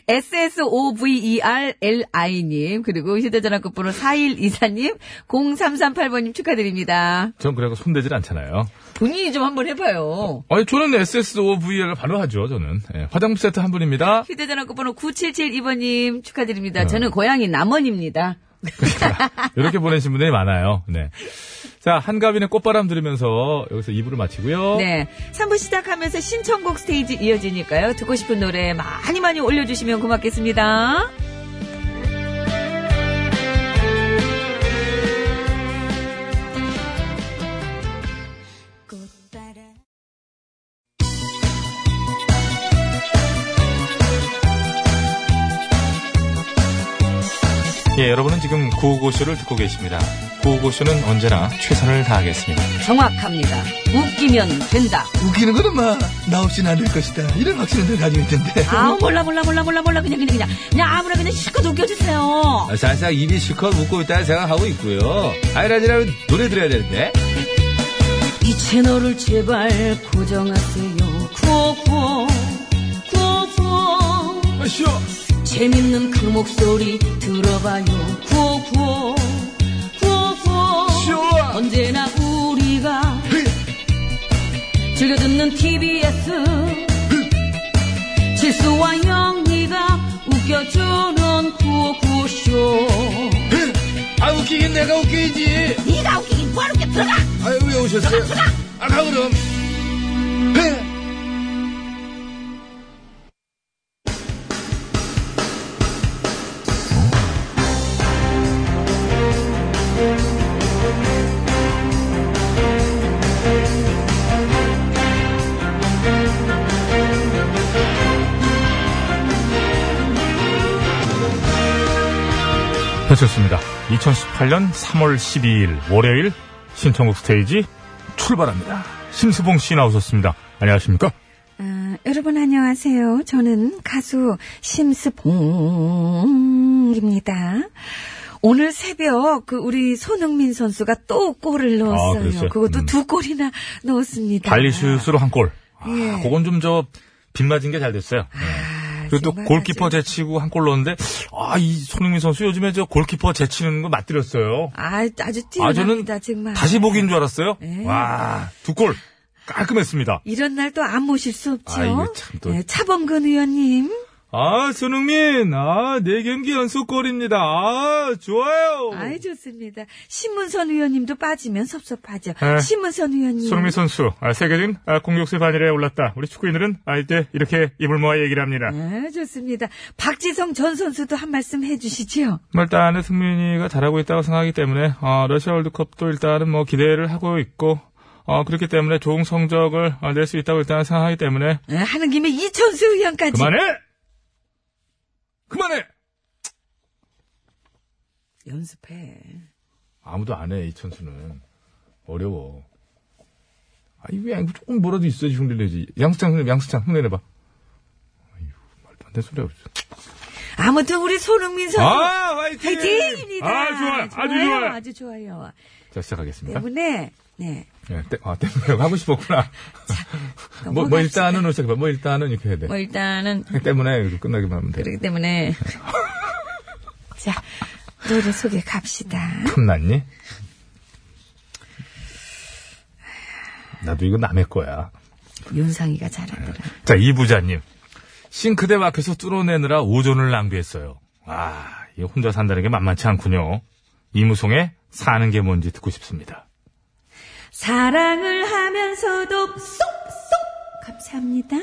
SSOVERLI님, 그리고 휴대전화 끝번호 4124님, 0338번님 축하드립니다.
전 그래서 손대질 않잖아요.
본인이 좀 한번 해봐요.
아니, 저는 SSOVL을 바로 하죠, 저는. 예, 화장품 세트 한 분입니다.
휴대전화 끝번호 9772번님 축하드립니다. 저는 고양이 남원입니다.
이렇게 보내신 분들이 많아요. 네. 자, 한가빈의 꽃바람 들으면서 여기서 2부를 마치고요.
네. 3부 시작하면서 신청곡 스테이지 이어지니까요. 듣고 싶은 노래 많이 많이 올려주시면 고맙겠습니다.
예, 여러분은 지금 구호고쇼를 듣고 계십니다. 구호고쇼는 언제나 최선을 다하겠습니다.
정확합니다. 웃기면 된다.
웃기는 건 엄마 나 없이는 안 될 것이다 이런 확신을 늘 가지고 있던데
아 몰라 몰라 몰라 몰라 몰라 그냥 그냥 그냥 그냥 아무나 그냥 실컷 웃겨주세요.
아, 살짝 입이 실컷 웃고 있다는 생각하고 있고요. 아이라지라면 노래 들어야 되는데.
이 채널을 제발 고정하세요. 구호구호 구호구호
아시오!
재밌는 그 목소리 들어봐요. 구호구호 구호구호 언제나 우리가 즐겨 듣는 TBS 실수와 영리가 웃겨주는 구호구쇼
아, 웃기긴 내가 웃기지.
네가 웃기긴 뭐하러 웃겨 들어가
아유, 왜 오셨어요? 아가 그럼.
배쳤습니다. 2018년 3월 12일 월요일 신청국 스테이지 출발합니다. 심수봉 씨 나오셨습니다. 안녕하십니까?
아, 여러분 안녕하세요. 저는 가수 심스봉입니다. 오늘 새벽 그 우리 손흥민 선수가 또 골을
아,
넣었어요.
그랬어요?
그것도
음.
두 골이나 넣었습니다.
발리슛으로 한 골. 아,
예.
그건 좀 저 빗맞은 게 잘 됐어요. 예.
아,
그리고 또
정말
골키퍼
아주-
제치고 한 골 넣었는데 아 이 손흥민 선수 요즘에 저 골키퍼 제치는 거 맞들였어요.
아, 아주
아 저는
뛰어납니다 정말.
다시 보기인 줄 알았어요.
예.
와 두 골 깔끔했습니다.
이런 날 또 안 모실 수 없죠.
아이고, 참 또.
네, 차범근 의원님.
아 손흥민 아네 경기 연속 골입니다. 아 좋아요.
아이, 좋습니다. 신문선 의원님도 빠지면 섭섭하죠.
네.
신문선 의원님.
손흥민 선수 아, 세계적인 아, 공격수의 반열에 올랐다. 우리 축구인들은 아, 이때 이렇게 입을 모아 얘기를 합니다.
아, 좋습니다. 박지성 전 선수도 한 말씀 해주시지요.
뭐 일단은 승민이가 잘하고 있다고 생각하기 때문에 어, 러시아 월드컵도 일단은 뭐 기대를 하고 있고 어, 그렇기 때문에 좋은 성적을 어, 낼 수 있다고 일단 생각하기 때문에
네, 하는 김에 이천수 의원까지.
그만해 그만해
연습해.
아무도 안 해 이천수는 어려워 아니 왜 조금 뭐라도 있어야지 흉내내지 양수창 흉내 양수창 흉내내봐 아유 말도 안 되는 소리야
아무튼 우리 손흥민 선수.
아 화이팅
화이팅입니다.
아 좋아 아주
좋아요,
좋아
아주 좋아요.
자 시작하겠습니다
때문에 네.
예, 때, 아, 때문에라고 하고 싶었구나. 뭐, 뭐, 일단은, 어차피 뭐, 일단은 이렇게 해야 돼.
뭐 일단은
때문에 이렇게 끝나기만 하면 돼.
그렇기 때문에 자 노래 소개 갑시다.
탐났니? 나도 이거 남의 거야.
윤상이가 잘하더라.
자, 이 부자님. 싱크대 밖에서 뚫어내느라 오존을 낭비했어요. 아, 이 혼자 산다는 게 만만치 않군요. 이무송의 사는 게 뭔지 듣고 싶습니다.
사랑을 하면서도 쏙쏙 감사합니다.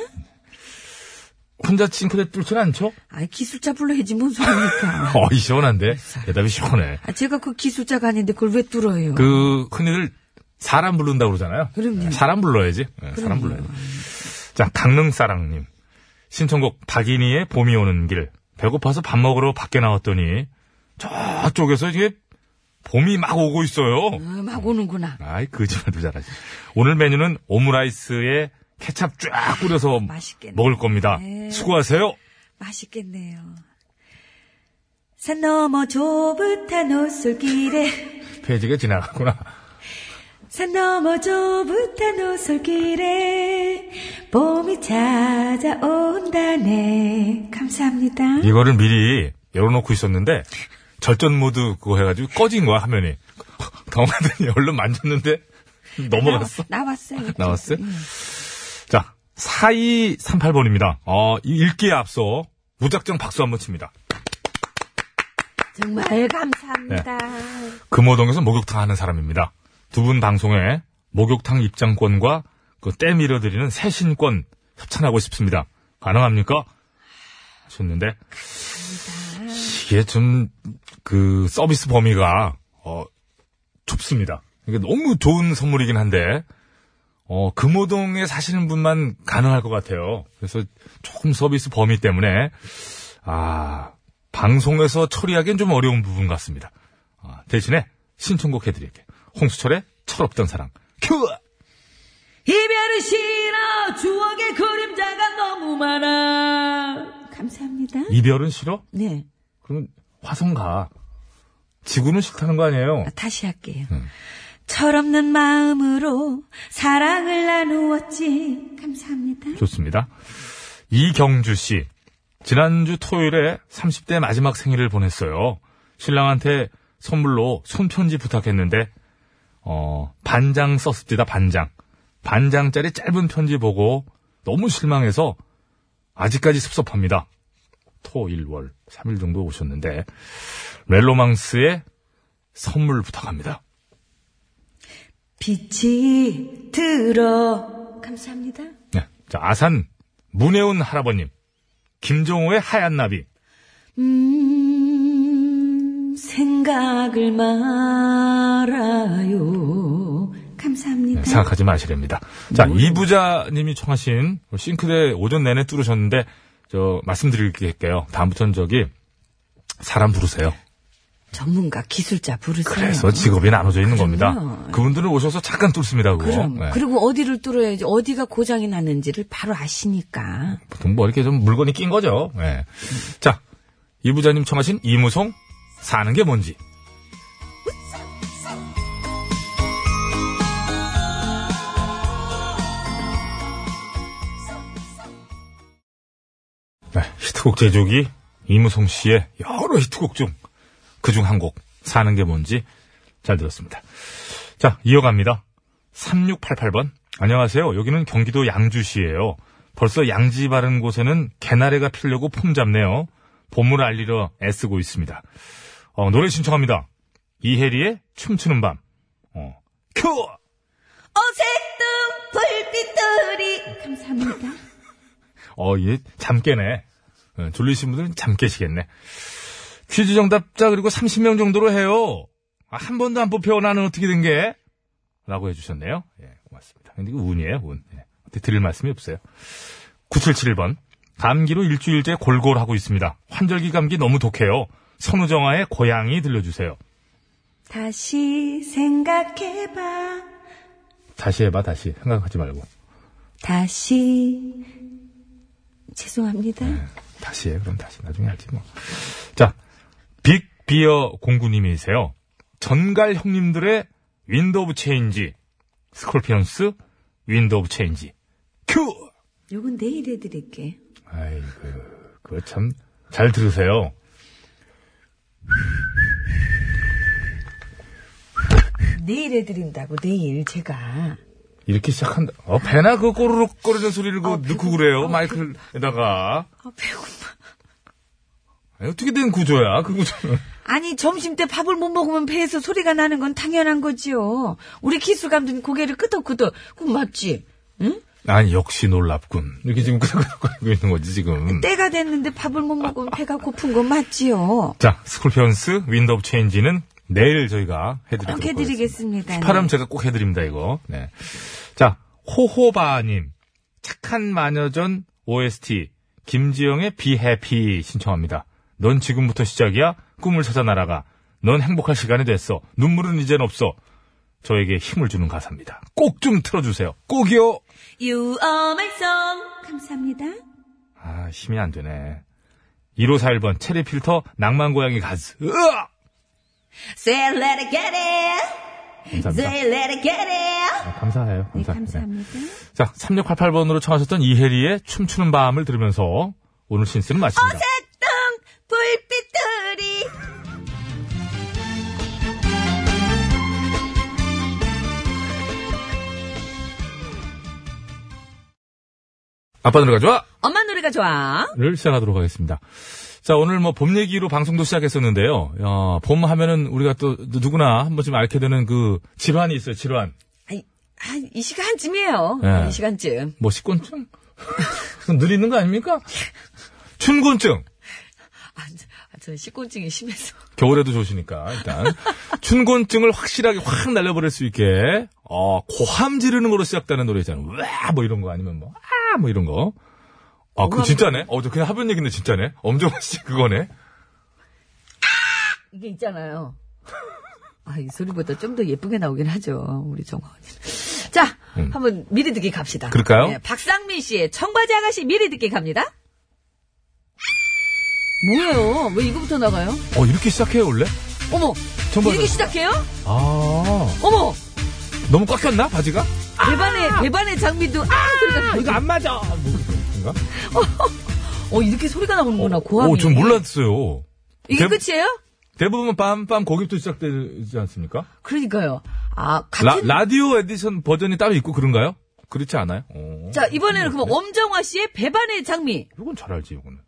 혼자 싱크대 뚫진 않죠?
아 기술자 불러야지 뭔 소리입니까?
어, 이
네,
시원한데? 대답이 시원해.
아, 제가 그 기술자가 아닌데 그걸 왜 뚫어요?
그, 흔히들 사람 부른다고 그러잖아요.
그럼요.
사람 불러야지. 예, 사람 불러야 돼. 자, 강릉사랑님. 신청곡 박인희의 봄이 오는 길. 배고파서 밥 먹으러 밖에 나왔더니 저쪽에서 이게 봄이 막 오고 있어요.
아, 막 오는구나.
아이, 거짓말도 잘하지. 오늘 메뉴는 오므라이스에 케찹 쫙 뿌려서
맛있겠네.
먹을 겁니다.
네.
수고하세요.
맛있겠네요. 산 너머 좁은 노솔길에
페이지가 지나갔구나.
산 너머 좁은 노솔길에 봄이 찾아온다네. 감사합니다.
이거를 미리 열어놓고 있었는데 절전 모드 그거 해가지고 꺼진 거야 화면이. 당황하더니 얼른 만졌는데 넘어갔어.
나왔어요. 음.
나왔어요? 자, 4238번입니다. 어, 이 읽기에 앞서 무작정 박수 한번 칩니다.
정말 감사합니다.
금호동에서 목욕탕 하는 사람입니다. 두 분 방송에 목욕탕 입장권과 그때 밀어드리는 새신권 협찬하고 싶습니다. 가능합니까? 하셨는데 이게 좀 그 서비스 범위가 어 좁습니다. 이게 너무 좋은 선물이긴 한데 어 금호동에 사시는 분만 가능할 것 같아요. 그래서 조금 서비스 범위 때문에 아 방송에서 처리하기엔 좀 어려운 부분 같습니다. 아, 대신에 신청곡 해드릴게. 홍수철의 철없던 사랑. 큐!
이별은 싫어 추억의 그림자가 너무 많아. 감사합니다.
이별은 싫어?
네.
그럼 화성 가. 지구는 싫다는 거 아니에요?
아, 다시 할게요.
음.
철없는 마음으로 사랑을 나누었지. 감사합니다.
좋습니다. 이경주 씨. 지난주 토요일에 30대 마지막 생일을 보냈어요. 신랑한테 선물로 손편지 부탁했는데, 어, 반장 썼습니다, 반장. 반장짜리 짧은 편지 보고 너무 실망해서 아직까지 섭섭합니다. 토, 일, 월, 3일 정도 오셨는데, 멜로망스의 선물 부탁합니다.
빛이 들어. 감사합니다.
네. 자, 아산, 문혜운 할아버님, 김종호의 하얀 나비,
음, 생각을 말아요. 감사합니다.
네, 생각하지 마시랍니다. 자,
음.
이부자님이 청하신 싱크대 오전 내내 뚫으셨는데, 저, 말씀드릴게요. 다음부터는 저기, 사람 부르세요.
전문가 기술자 부르세요.
그래서 직업이 나눠져 있는 겁니다.
음. 그럼요. 예.
그분들은 오셔서 잠깐 뚫습니다, 그거.
그럼
네.
그리고 어디를 뚫어야지 어디가 고장이 났는지를 바로 아시니까
보통 뭐 이렇게 좀 물건이 낀 거죠. 예. 자, 이부자님 청하신 이무송, 사는 게 뭔지. 네, 히트곡 제조기 이무송 씨의 여러 히트곡 중, 그 중 한 곡, 사는 게 뭔지 잘 들었습니다. 자, 이어갑니다. 3688번. 안녕하세요. 여기는 경기도 양주시예요. 벌써 양지 바른 곳에는 개나래가 피려고 폼 잡네요. 봄을 알리러 애쓰고 있습니다. 어, 노래 신청합니다. 이혜리의 춤추는 밤. 어, 큐!
어색등 불빛들이 감사합니다
어, 얘, 잠 깨네. 어, 졸리신 분들은 잠 깨시겠네. 퀴즈 정답자 그리고 30명 정도로 해요. 아, 한 번도 안 뽑혀, 나는 어떻게 된 게? 라고 해주셨네요. 예, 고맙습니다. 근데 이거 운이에요, 운. 예, 어떻게 드릴 말씀이 없어요. 9771번. 감기로 일주일째 골골 하고 있습니다. 환절기 감기 너무 독해요. 선우정아의 고양이 들려주세요.
다시 생각해봐
다시 해봐, 다시. 생각하지 말고.
다시
네.
죄송합니다
다시 해. 그럼 다시 나중에 하지 뭐. 자, 빅비어 공구님이세요. 전갈 형님들의 윈도우 체인지 스콜피언스, 윈도우 오브 체인지. 큐!
요건 내일 해드릴게.
아이고, 그거 참, 잘 들으세요.
내일 해드린다고, 내일 제가.
이렇게 시작한다. 어, 배나 그 꼬르륵 꼬르는 소리를 그 넣고 그래요. 마이크에다가.
아, 배고파.
아니, 어떻게 된 구조야, 그 구조는.
아니, 점심 때 밥을 못 먹으면 배에서 소리가 나는 건 당연한 거지요. 우리 키수 감독님 고개를 끄덕끄덕. 그건 맞지? 응?
아니, 역시 놀랍군. 이렇게 지금 끄덕끄덕거리고 있는 거지, 지금.
때가 됐는데 밥을 못 먹으면 배가 고픈 건 맞지요.
자, 스콜피언스, 윈도우 오브 체인지는 내일 저희가 해드리도록
꼭
하겠습니다.
해드리겠습니다.
파람 음 제가 꼭 해드립니다, 이거. 네. 자, 호호바님. 착한 마녀전 OST. 김지영의 Be Happy 신청합니다. 넌 지금부터 시작이야. 꿈을 찾아 날아가. 넌 행복할 시간이 됐어. 눈물은 이젠 없어. 저에게 힘을 주는 가사입니다. 꼭 좀 틀어주세요. 꼭이요.
You are my song.
감사합니다.
아, 힘이 안 되네. 1541번 체리 필터 낭만 고양이 가즈. 으악!
Say let it get it.
감사합니다.
Say let it get it. 네,
아, 감사해요. 감사합니다. 네.
감사합니다.
자, 3688번으로 청하셨던 이혜리의 춤추는 밤을 들으면서 오늘 신스는 마칩니다.
새똥 불빛들이
아빠 노래가 좋아!
엄마 노래가 좋아.
를 시작하도록 하겠습니다. 자, 오늘 뭐 봄 얘기로 방송도 시작했었는데요. 어, 봄 하면은 우리가 또 누구나 한 번쯤 앓게 되는 그 질환이 있어요, 질환.
한, 이 시간쯤이에요.
네.
이 시간쯤.
뭐 식곤증? 늘 있는 거 아닙니까? 춘곤증.
아, 저- 아, 저 식곤증이 심해서.
겨울에도 좋으시니까, 일단. 춘곤증을 확실하게 확 날려버릴 수 있게, 어, 고함 지르는 거로 시작되는 노래 있잖아요. 와! 뭐 이런 거 아니면 뭐, 아! 뭐 이런 거. 아, 그거 진짜네? 어, 저 그냥 하변 얘기인데 진짜네? 엄정화 씨 그거네?
이게 있잖아요. 아, 이 소리보다 좀 더 예쁘게 나오긴 하죠. 우리 정화언니. 자, 한번 미리 듣기 갑시다.
음.
네,
그럴까요?
박상민 씨의 청바지 아가씨 미리 듣기 갑니다. 뭐예요? 왜 이거부터 나가요?
어, 이렇게 시작해요, 원래?
어머,
청바지
이렇게 시작해요?
아,
어머,
너무 꽉꼈나 바지가?
배반의 배반의 장미도 아 소리가 나.
이거 안 맞아! 뭐, 그런가?
어 이렇게 소리가 나오는구나 고함이.
어, 전 몰랐어요.
이게
대-
끝이에요?
대부분 빰빰 고깁도 시작되지 않습니까?
그러니까요. 아
라,
같은.
라디오 에디션 버전이 따로 있고 그런가요? 그렇지 않아요? 어.
자 이번에는 그럼 엄정화 씨의 배반의 장미.
이건 잘 알지, 이거는.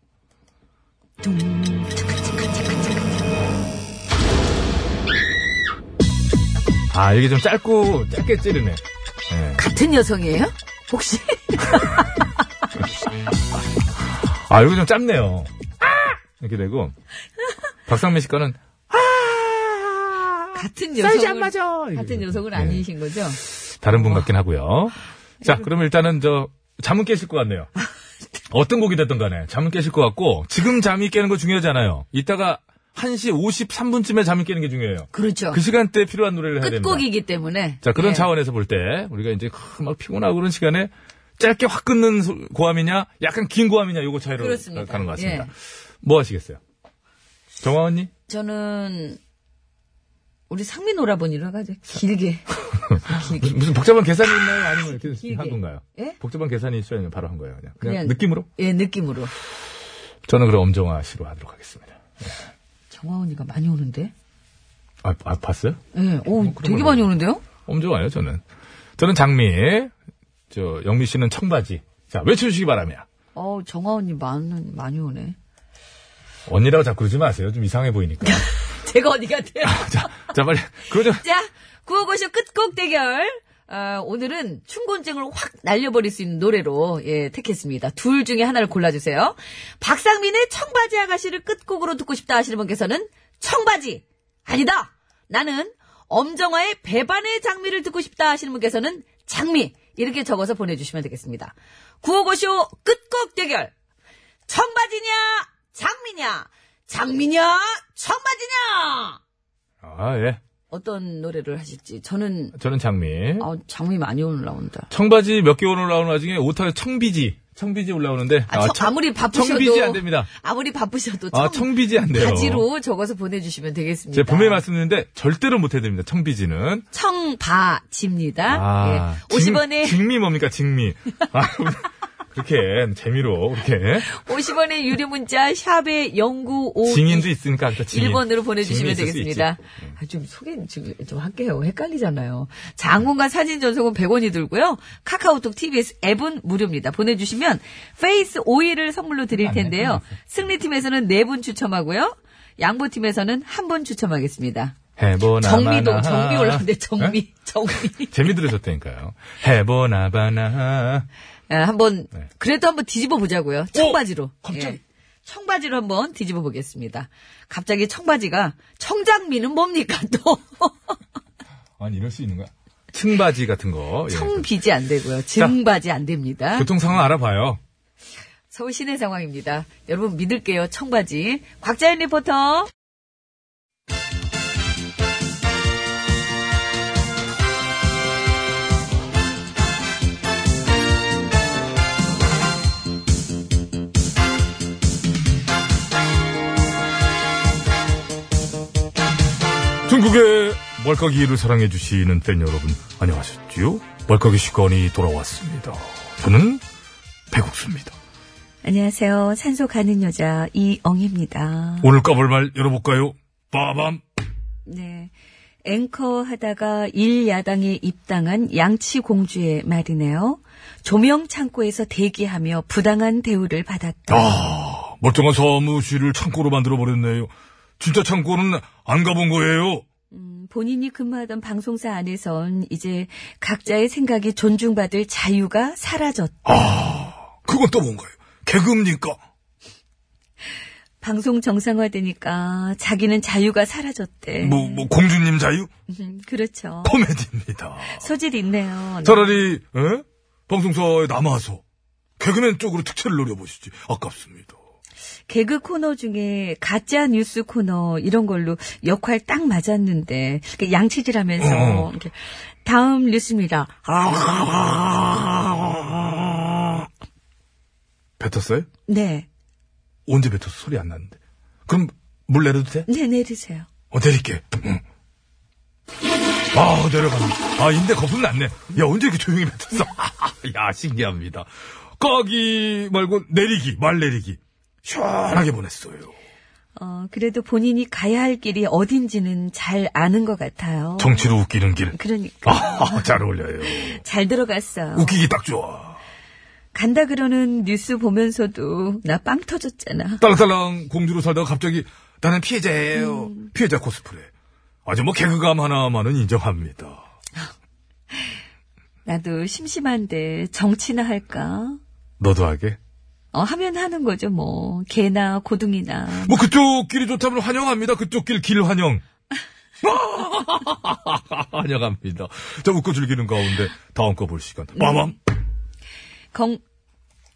아, 이게 좀 짧고, 짧게 찌르네. 예.
같은 여성이에요? 혹시?
아, 이거 좀 짧네요. 이렇게 되고. 박상민 씨 거는,
같은 여성은 같은 여성은
예.
아니신 거죠?
다른 분 같긴 하고요. 자, 그러면 일단은 저, 잠은 깨실 것 같네요. 어떤 곡이 됐든 간에 잠은 깨실 것 같고, 지금 잠이 깨는 거 중요하잖아요. 이따가 1시 53분쯤에 잠이 깨는 게 중요해요.
그렇죠.
그 시간대에 필요한 노래를 해야 됩니다.
끝곡이기 때문에.
자, 그런
예.
차원에서 볼 때, 우리가 이제 크, 막 피곤하고 그런 시간에 짧게 확 끊는 소- 고함이냐, 약간 긴 고함이냐, 요거 차이로
그렇습니다.
가는 것 같습니다.
예.
뭐 하시겠어요? 정화 언니?
저는 우리 상민 오라버니로 가죠. 길게. 길게.
무슨, 무슨 복잡한 계산이 있나요? 아니면 이렇게 한
길게.
건가요?
예?
복잡한 계산이 있어야 그냥 바로 한 거예요. 그냥, 그냥
그냥-
느낌으로?
예, 느낌으로.
저는 그럼 엄정화 씨로 하도록 하겠습니다.
정화원이가 많이 오는데?
아, 아 봤어요?
예, 오, 되게 많이 오는데요?
엄정화요, 저는. 저는 장미, 저, 영미 씨는 청바지. 자, 외쳐주시기 바랍니다.
어, 정화원이 많은, 많이 오네.
언니라고 자꾸 그러지 마세요. 좀 이상해 보이니까.
제가 어디 같아요?
자, 자, 빨리. 그거 좀.
자, 구호고쇼 끝곡 대결. 어, 오늘은 충곤증을 확 날려버릴 수 있는 노래로 예, 택했습니다. 둘 중에 하나를 골라주세요. 박상민의 청바지 아가씨를 끝곡으로 듣고 싶다 하시는 분께서는 청바지 아니다. 나는 엄정화의 배반의 장미를 듣고 싶다 하시는 분께서는 장미 이렇게 적어서 보내주시면 되겠습니다. 구호고쇼 끝곡 대결. 청바지냐 장미냐 장미냐 청바지냐
아, 예.
어떤 노래를 하실지 저는
저는 장미.
아, 장미 많이 올라온다.
청바지 몇 개월 올라오는 와중에 오타의 청비지. 청비지 올라오는데
아, 청- 아무리 바쁘셔도-
청비지 안 됩니다.
아무리 바쁘셔도 청,
아 청비지 안 돼요.
바지로 적어서 보내주시면 되겠습니다.
제가 분명히 말씀드리는데 절대로 못 해드립니다. 청비지는.
청바지입니다.
아,
예.
직-
50원에
직미 뭡니까 직미. 아, 그렇게 재미로 그렇게
50원의 유료 문자 샵에 0952
징인도 있으니까 일단 징인.
1번으로
징이
보내주시면
있을 예. 수
되겠습니다. 아, 좀 소개 좀, 좀 할게요. 헷갈리잖아요. 장문과 사진 전송은 100원이 들고요. 카카오톡 TBS 앱은 무료입니다. 보내주시면 페이스 오일을 선물로
아,
드릴
네,
텐데요. 승리팀에서는 4분 추첨하고요. 양보팀에서는 한 분 추첨하겠습니다.
해보나
정미도,
마나. 네?
정미 올라오는데
에?
정미, 정미.
재미 들으셨다니까요. 해보나 바나.
아, 한번
네.
그래도 한번 뒤집어 보자고요. 청바지로.
갑자기?
예. 청바지로 한번 뒤집어 보겠습니다. 갑자기 청바지가 청장미는 뭡니까 또
아니 이럴 수 있는 거야. 층바지 같은 거. 예. 그
청비지 안 되고요. 증바지 안 됩니다.
교통 상황 알아봐요.
서울 시내 상황입니다. 여러분 믿을게요. 청바지. 곽자연 리포터.
중국의 말까기를 사랑해주시는 팬 여러분, 안녕하셨지요? 말까기 시간이 돌아왔습니다. 저는 배국수입니다.
안녕하세요. 산소 가는 여자 이엉입니다.
오늘 까볼 말 열어볼까요? 빠밤!
네. 앵커 하다가 일야당에 입당한 양치 공주의 말이네요. 조명 창고에서 대기하며 부당한 대우를 받았다.
아, 멀쩡한 사무실을 창고로 만들어버렸네요. 진짜 창고는 안 가본 거예요.
음, 본인이 근무하던 방송사 안에선 이제 각자의 생각이 존중받을 자유가 사라졌.
그건 또 뭔가요? 개그입니까?
방송 정상화되니까 자기는 자유가 사라졌대.
뭐, 어. 뭐, 공주님 자유?
음, 그렇죠.
코미디입니다.
소질 있네요.
차라리, 에? 방송사에 남아서 개그맨 쪽으로 특채를 노려보시지. 아깝습니다.
네. 개그 코너 중에 가짜 뉴스 코너 이런 걸로 역할 딱 맞았는데 이렇게 양치질하면서
어.
이렇게 다음 뉴스입니다.
뱉었어요?
네,
언제 뱉어서 소리 안 났는데. 그럼 물 내려도 돼?
네 내리세요.
어, 내릴게. 응. 아, 내려간다. 아, 인데 거품 났네. 야, 언제 이렇게 조용히 뱉었어? 야, 신기합니다. 까기 말고 내리기, 말 내리기. 시원하게 보냈어요.
어, 그래도 본인이 가야 할 길이 어딘지는 잘 아는 것 같아요.
정치로 웃기는 길.
그러니까
아, 잘 어울려요.
잘 들어갔어요.
웃기기 딱 좋아.
간다 그러는 뉴스 보면서도 나 빵 터졌잖아.
딸랑딸랑 공주로 살다가 갑자기 나는 피해자예요. 피해자 코스프레. 아주 뭐 개그감 하나만은 인정합니다.
나도 심심한데 정치나 할까?
너도 하게?
어, 하면 하는 거죠, 뭐. 개나 고등이나.
뭐 그쪽 길이 좋다면 환영합니다. 그쪽 길 길 환영. 환영합니다. 자 웃고 즐기는 가운데 다음 거 볼 시간. 빠밤.
경-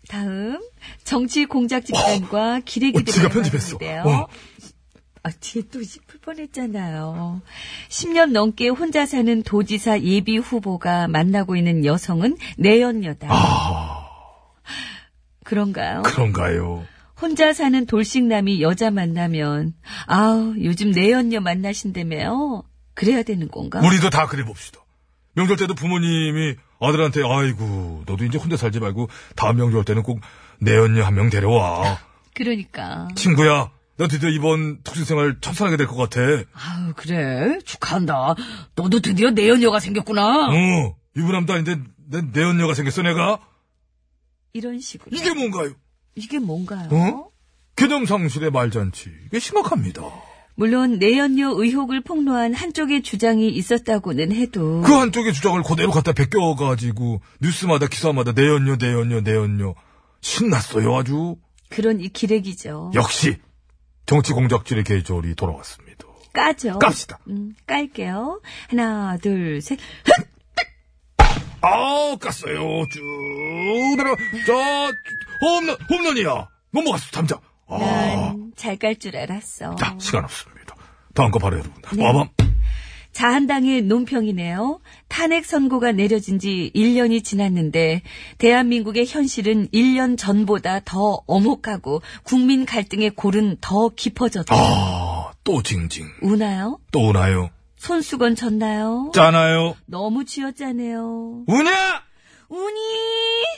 다음 정치 공작 집단과
어,
기레기들의
지가 편집했어.
만남인데요.
와,
아, 뒤에 또 씹을 뻔했잖아요. 10년 넘게 혼자 사는 도지사 예비 후보가 만나고 있는 여성은 내연녀다.
아.
그런가요?
그런가요?
혼자 사는 돌싱남이 여자 만나면 아우 요즘 내연녀 만나신다며요? 그래야 되는 건가?
우리도 다 그래 봅시다. 명절 때도 부모님이 아들한테 아이고 너도 이제 혼자 살지 말고 다음 명절 때는 꼭 내연녀 한 명 데려와.
그러니까.
친구야, 나 드디어 이번 특수생활 참선하게 될 것 같아.
아우 그래 축하한다. 너도 드디어 내연녀가 생겼구나.
어, 유부남도 아닌데 내 내연녀가 생겼어 내가.
이런 식으로.
이게 뭔가요?
이게 뭔가요?
어? 개념 상실의 말잔치. 이게 심각합니다.
물론 내연녀 의혹을 폭로한 한쪽의 주장이 있었다고는 해도
그 한쪽의 주장을 그대로 갖다 베껴가지고 뉴스마다 기사마다 내연녀 내연녀 내연녀 신났어요 아주.
그런 이 기레기죠.
역시 정치 공작질의 계절이 돌아왔습니다.
까죠.
깝시다.
음, 깔게요. 하나, 둘, 셋.
아 깠어요 쭉 내려 저 홈런 홈런이야 넘어갔어 담장. 아,
네.
난 잘 깔 줄 알았어.
네.
자, 시간 없습니다. 다음 거 바로 여러분. 와밤.
자한당의 논평이네요. 탄핵 선고가 내려진 지 1년이 지났는데 대한민국의 현실은 1년 전보다 더 엄혹하고 국민 갈등의 골은 더 깊어졌다.
아, 또 징징.
우나요?
또 우나요.
손수건 졌나요?
짜나요.
너무 쥐었잖아요.
우냐?
우니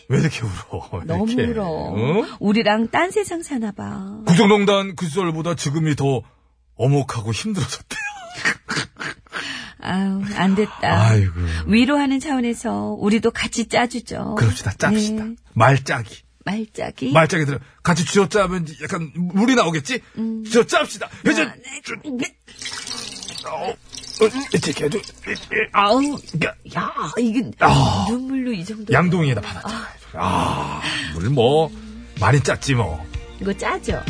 왜 이렇게 울어? 왜
너무
이렇게.
울어.
어?
우리랑 딴 세상 사나 봐.
국정농단 그 시절보다 지금이 더 엄혹하고 힘들어졌대.
아유 안 됐다.
아이고.
위로하는 차원에서 우리도 같이 짜주죠.
그럽시다. 짭시다.
네, 예?
말짜기.
말짜기.
말짝이 들어 같이 쥐어짜 면 약간 물이 나오겠지?
음.
쥐어짜 합시다.
아,
회전! 이렇게 해도
아우 야 이게
아.
눈물로 이 정도.
양동이에다 받았잖아. 아, 물 뭐, 많이 짰지 뭐.
이거 짜죠.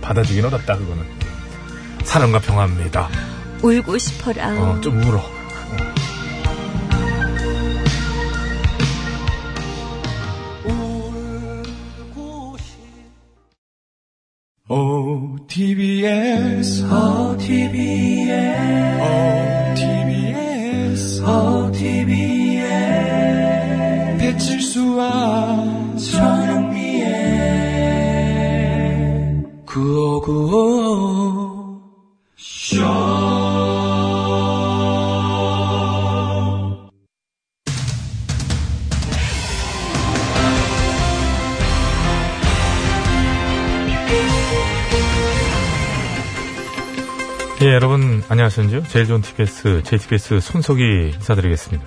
받아주긴 어렵다, 그거는. 사랑과 평화입니다.
울고 싶어라.
어, 좀 울어.
OTBS, OTBS, OTBS, OTBS, 배칠수와 전영미의 구호구호
예, 여러분 안녕하셨는지요? 제일 좋은 TBS, JTBS 손석희 인사드리겠습니다.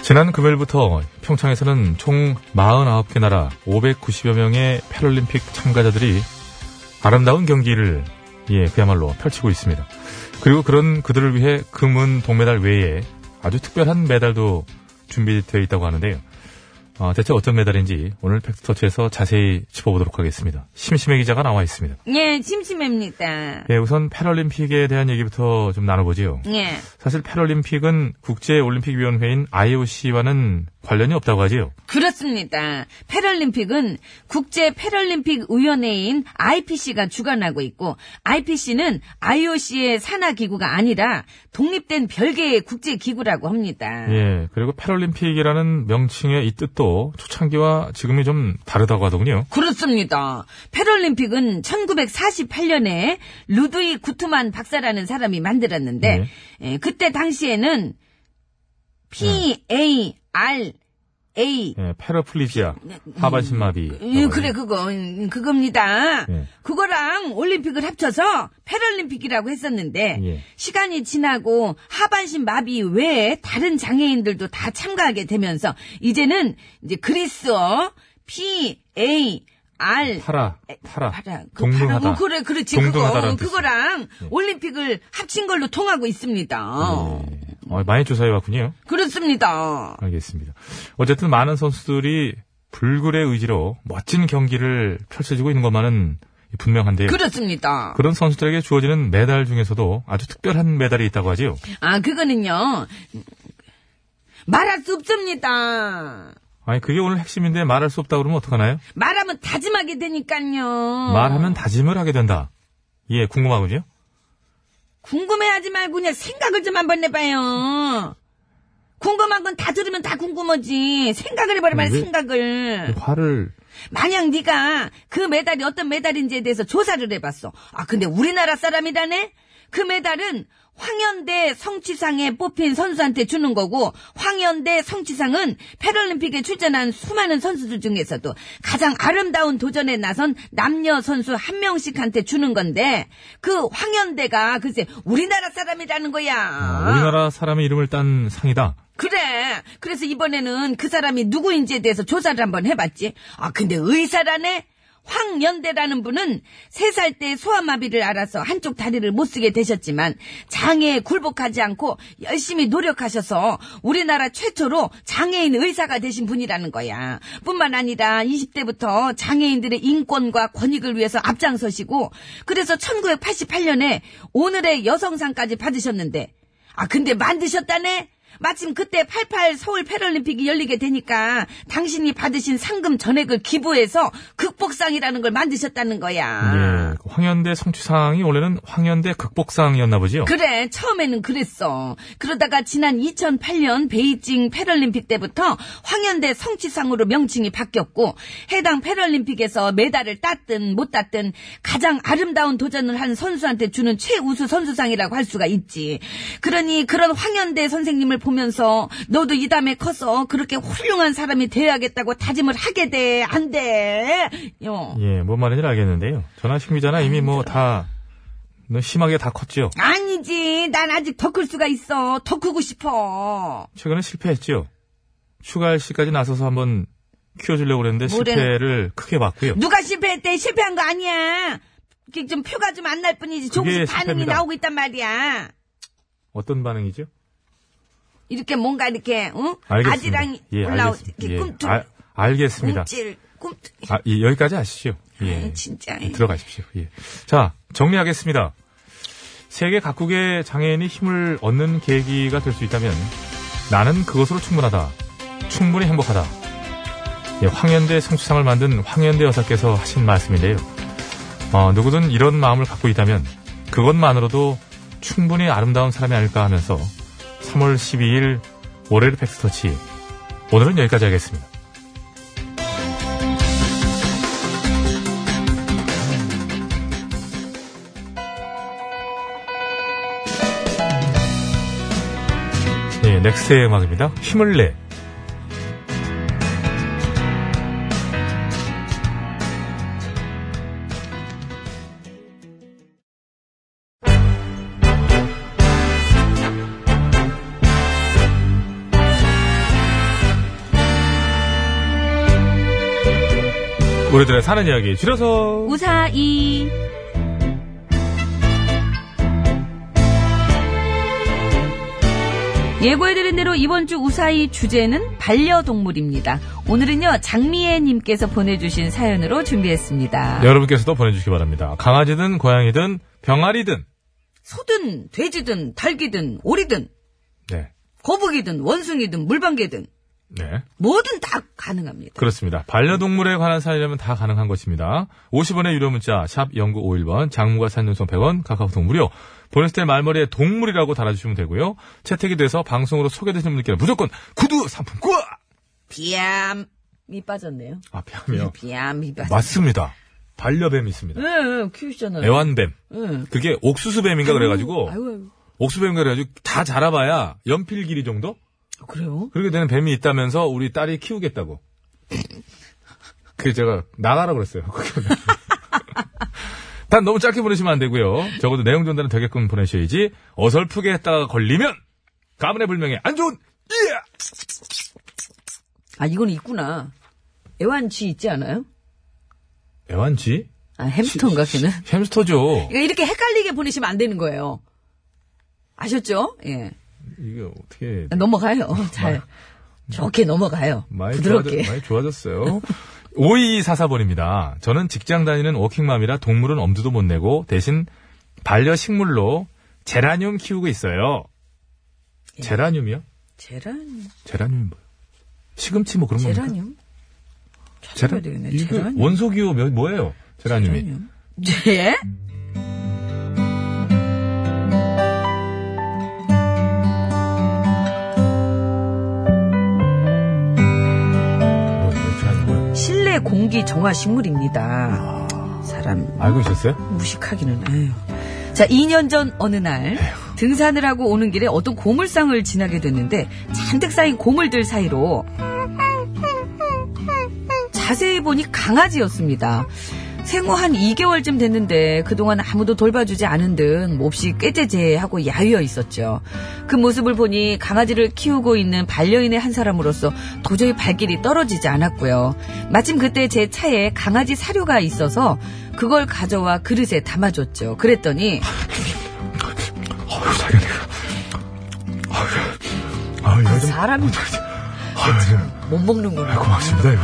지난 금요일부터 평창에서는 총 49개 나라 590여 명의 패럴림픽 참가자들이 아름다운 경기를 예, 그야말로 펼치고 있습니다. 그리고 그런 그들을 위해 금은 동메달 외에 아주 특별한 메달도 준비되어 있다고 하는데요. 아, 대체 어떤 메달인지 오늘 팩트터치에서 자세히 짚어보도록 하겠습니다. 심심해 기자가 나와 있습니다.
예, 심심합니다.
예, 우선 패럴림픽에 대한 얘기부터 좀 나눠보지요.
예.
사실 패럴림픽은 국제올림픽위원회인 IOC와는 관련이 없다고 하지요.
그렇습니다. 패럴림픽은 국제 패럴림픽 위원회인 IPC가 주관하고 있고 IPC는 IOC의 산하 기구가 아니라 독립된 별개의 국제 기구라고 합니다.
예, 그리고 패럴림픽이라는 명칭의 이 뜻도 초창기와 지금이 좀 다르다고 하더군요.
그렇습니다. 패럴림픽은 1948년에 루드이 구트만 박사라는 사람이
네.
만들었는데 예, 그때 당시에는 P A R A
예, 패러플리지아,
네,
하반신마비.
예, 그래 그거 음, 그겁니다.
어, 예.
그거랑 올림픽을 합쳐서 패럴림픽이라고 했었는데
예.
시간이 지나고 하반신 마비 외에 다른 장애인들도 다 참가하게 되면서 이제는 이제 그리스어 P A R
파라, 파라,
파라, 그
뭐 동등하다.
파라, 어, 그래 그렇지
동등하다라는 음. 뜻이죠.
그거 그거랑 올림픽을 합친 걸로 통하고 있습니다.
예. 어, 많이 조사해 왔군요.
그렇습니다.
알겠습니다. 어쨌든 많은 선수들이 불굴의 의지로 멋진 경기를 펼쳐지고 있는 것만은 분명한데요.
그렇죠. 그렇습니다.
예. 그런 선수들에게 주어지는 메달 중에서도 아주 특별한 메달이 있다고 하지요.
아, 그거는요. 말할 수 없습니다.
아니 그게 오늘 핵심인데 말할 수 없다 그러면 어떡하나요?
말하면 다짐하게
어.
되니까요.
말하면 다짐을 하게 된다. 예, 궁금하군요.
궁금해하지 말고 그냥 생각을 좀 한번 해봐요. 궁금한 건 다 들으면 다 궁금하지. 생각을 해버리면
왜? 뭐
네.
생각을.
화를
만약 네가 그 메달이 어떤 메달인지에 대해서 조사를 해봤어. 아 근데 우리나라 사람이라네? 그 메달은 황현대 성취상에 뽑힌 선수한테 주는 거고 황현대 성취상은 패럴림픽에 출전한 수많은 선수들 중에서도 가장 아름다운 도전에 나선 남녀 선수 한 명씩한테 주는 건데 그 황현대가 글쎄 우리나라 사람이라는 거야.
아, 우리나라 사람의 이름을 딴 상이다.
그래. 그래서 이번에는 그 사람이 누구인지에 대해서 조사를 한번 해봤지. 아, 근데 의사라네? 황연대라는 분은 세 살 때 소아마비를 알아서 한쪽 다리를 못 쓰게 되셨지만 장애에 굴복하지 않고 열심히 노력하셔서 우리나라 최초로 장애인 의사가 되신 분이라는 거야. 뿐만 아니라 20대부터 장애인들의 인권과 권익을 위해서 앞장서시고 그래서 1988년에 오늘의 여성상까지 받으셨는데 아 근데 만드셨다네?
마침 그때 88 서울 패럴림픽이 열리게 되니까 당신이 받으신 상금 전액을 기부해서 극복상이라는 걸 만드셨다는 거야.
예, 그 황현대 성취상이 원래는 황현대 극복상이었나 보지요.
그래, 처음에는 그랬어. 그러다가 지난 2008년 베이징 패럴림픽 때부터 황현대 성취상으로 명칭이 바뀌었고, 해당 패럴림픽에서 메달을 땄든 못 땄든 가장 아름다운 도전을 한 선수한테 주는 최우수 선수상이라고 할 수가 있지. 그러니 그런 황현대 선생님을 보면서 너도 이 담에 커서 그렇게 훌륭한 사람이 돼야겠다고 다짐을 하게 돼, 안 돼. 어. 요.
예, 뭔 말인지 알겠는데요. 전화식 미자나 이미 뭐 다 심하게 다 컸지요.
아니지, 난 아직 더 클 수가 있어. 더 크고 싶어.
최근에 실패했지요. 추가할 시까지 나서서 한번 키워주려고 그랬는데
뭐래?
실패를 크게 봤고요.
누가 실패했대? 실패한 거 아니야. 이게 좀 표가 좀 안 날 뿐이지.
그게
조금씩 반응이
실패입니다.
나오고 있단 말이야.
어떤 반응이죠?
이렇게 뭔가 이렇게 응?
알겠습니다.
아지랑이
예,
올라오
알겠습니다.
이렇게
예,
꿈틀
알- 알겠습니다.
꿈찔 꿈틀.
아, 예, 여기까지 아시죠? 예.
아이, 진짜.
들어가십시오. 예. 자, 정리하겠습니다. 세계 각국의 장애인이 힘을 얻는 계기가 될 수 있다면 나는 그것으로 충분하다. 충분히 행복하다. 예, 황현대 성취상을 만든 황현대 여사께서 하신 말씀인데요. 어, 누구든 이런 마음을 갖고 있다면 그것만으로도 충분히 아름다운 사람이 아닐까 하면서 3월 12일 월요일 팩스터치 오늘은 여기까지 하겠습니다. 네, 넥스트의 음악입니다. 힘을 내. 우리들의 사는 이야기 줄여서
우사이 예고해드린 대로 이번 주 우사이 주제는 반려동물입니다. 오늘은요 장미애님께서 보내주신 사연으로 준비했습니다.
여러분께서도 보내주시기 바랍니다. 강아지든 고양이든 병아리든
소든 돼지든 닭이든 오리든
네,
거북이든 원숭이든 물방개든
네.
뭐든 다 가능합니다.
그렇습니다. 반려동물에 관한 사연이라면 다 가능한 것입니다. 50원의 유료 문자 샵 0951번 장무가 산전송 100원 카카오톡 무료 보냈을 때 말머리에 동물이라고 달아주시면 되고요. 채택이 돼서 방송으로 소개되시는 분들께는 무조건 구두 상품권!
비암이 빠졌네요.
앞에 하며
비암이 빠졌.
맞습니다. 반려뱀 있습니다.
예, 예, 키우시잖아요.
애완뱀.
예.
그게 옥수수뱀인가 그래가지고
아유, 아유.
옥수수뱀인가 그래가지고 다 자라봐야 연필 길이 정도?
아, 그래요?
그렇게 되는 뱀이 있다면서 우리 딸이 키우겠다고. 그게 제가 나가라 그랬어요. 단 너무 짧게 보내시면 안 되고요. 적어도 내용 전달은 되게끔 보내셔야지. 어설프게 했다가 걸리면 가문의 불명예 안 좋은 예!
아, 이건 있구나. 애완쥐 있지 않아요?
애완쥐?
아, 햄스터인가 걔는?
햄스터죠.
그러니까 이렇게 헷갈리게 보내시면 안 되는 거예요. 아셨죠? 예.
이게 어떻게
넘어가요. 잘. 좋게 넘어가요.
많이,
부드럽게.
좋아졌, 많이 좋아졌어요. 5244번입니다. 저는 직장 다니는 워킹맘이라 동물은 엄두도 못 내고 대신 반려식물로 제라늄 키우고 있어요.
예.
제라늄이요?
제라늄.
제라늄이 뭐예요? 시금치 뭐 그런 겁니까?
제라늄? 찾아봐야 되겠네.
이거
제라늄.
원소기호 몇- 뭐예요? 제라늄이.
예?
뭐, 뭐, 제라늄 뭐예요?
실내 공기 정화 식물입니다. 사람
알고 있었어요?
무식하기는 아유. 자, 2년 전 어느 날 등산을 하고 오는 길에 어떤 고물상을 지나게 됐는데 잔뜩 쌓인 고물들 사이로 자세히 보니 강아지였습니다. 생후 한 2개월쯤 됐는데 그동안 아무도 돌봐주지 않은 듯 몹시 꾀죄죄하고 야유어 있었죠. 그 모습을 보니 강아지를 키우고 있는 반려인의 한 사람으로서 도저히 발길이 떨어지지 않았고요. 마침 그때 제 차에 강아지 사료가 있어서 그걸 가져와 그릇에 담아줬죠. 그랬더니
아유, 자기네. 아유, 아유, 요즘.
그 사람이
아유,
못 먹는구나.
고맙습니다, 이거.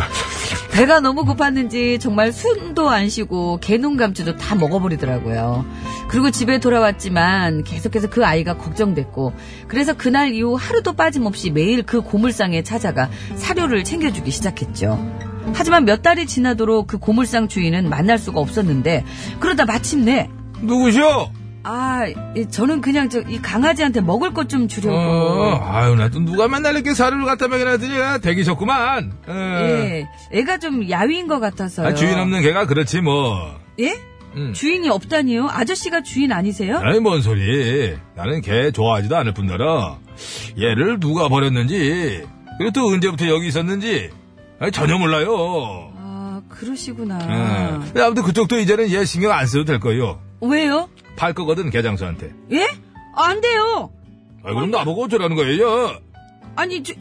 배가 너무 고팠는지 정말 숨도 안 쉬고 개눈 감지도 다 먹어버리더라고요. 그리고 집에 돌아왔지만 계속해서 그 아이가 걱정됐고 그래서 그날 이후 하루도 빠짐없이 매일 그 고물상에 찾아가 사료를 챙겨주기 시작했죠. 하지만 몇 달이 지나도록 그 고물상 주인은 만날 수가 없었는데 그러다 마침내
누구셔?
아 예, 저는 그냥 저 이 강아지한테 먹을 것 좀 주려고
어, 아유, 나 또 누가 맨날 이렇게 사료를 갖다 먹이나 더니 대기셨구만. 어.
예, 애가 좀 야위인 것 같아서요.
아, 주인 없는 개가 그렇지, 뭐.
예?
음.
주인이 없다니요? 아저씨가 주인 아니세요?
아니, 뭔 소리. 나는 개 좋아하지도 않을 뿐더러, 얘를 누가 버렸는지, 그리고 또 언제부터 여기 있었는지, 아니, 전혀 몰라요.
아 그러시구나.
아.
네.
아무튼 그쪽도 이제는 얘 신경 안 써도 될 거예요.
왜요?
팔 거거든, 개장수한테.
예? 아, 안 돼요.
아, 그럼 나보고 어쩌라는 거예요?
아니 저,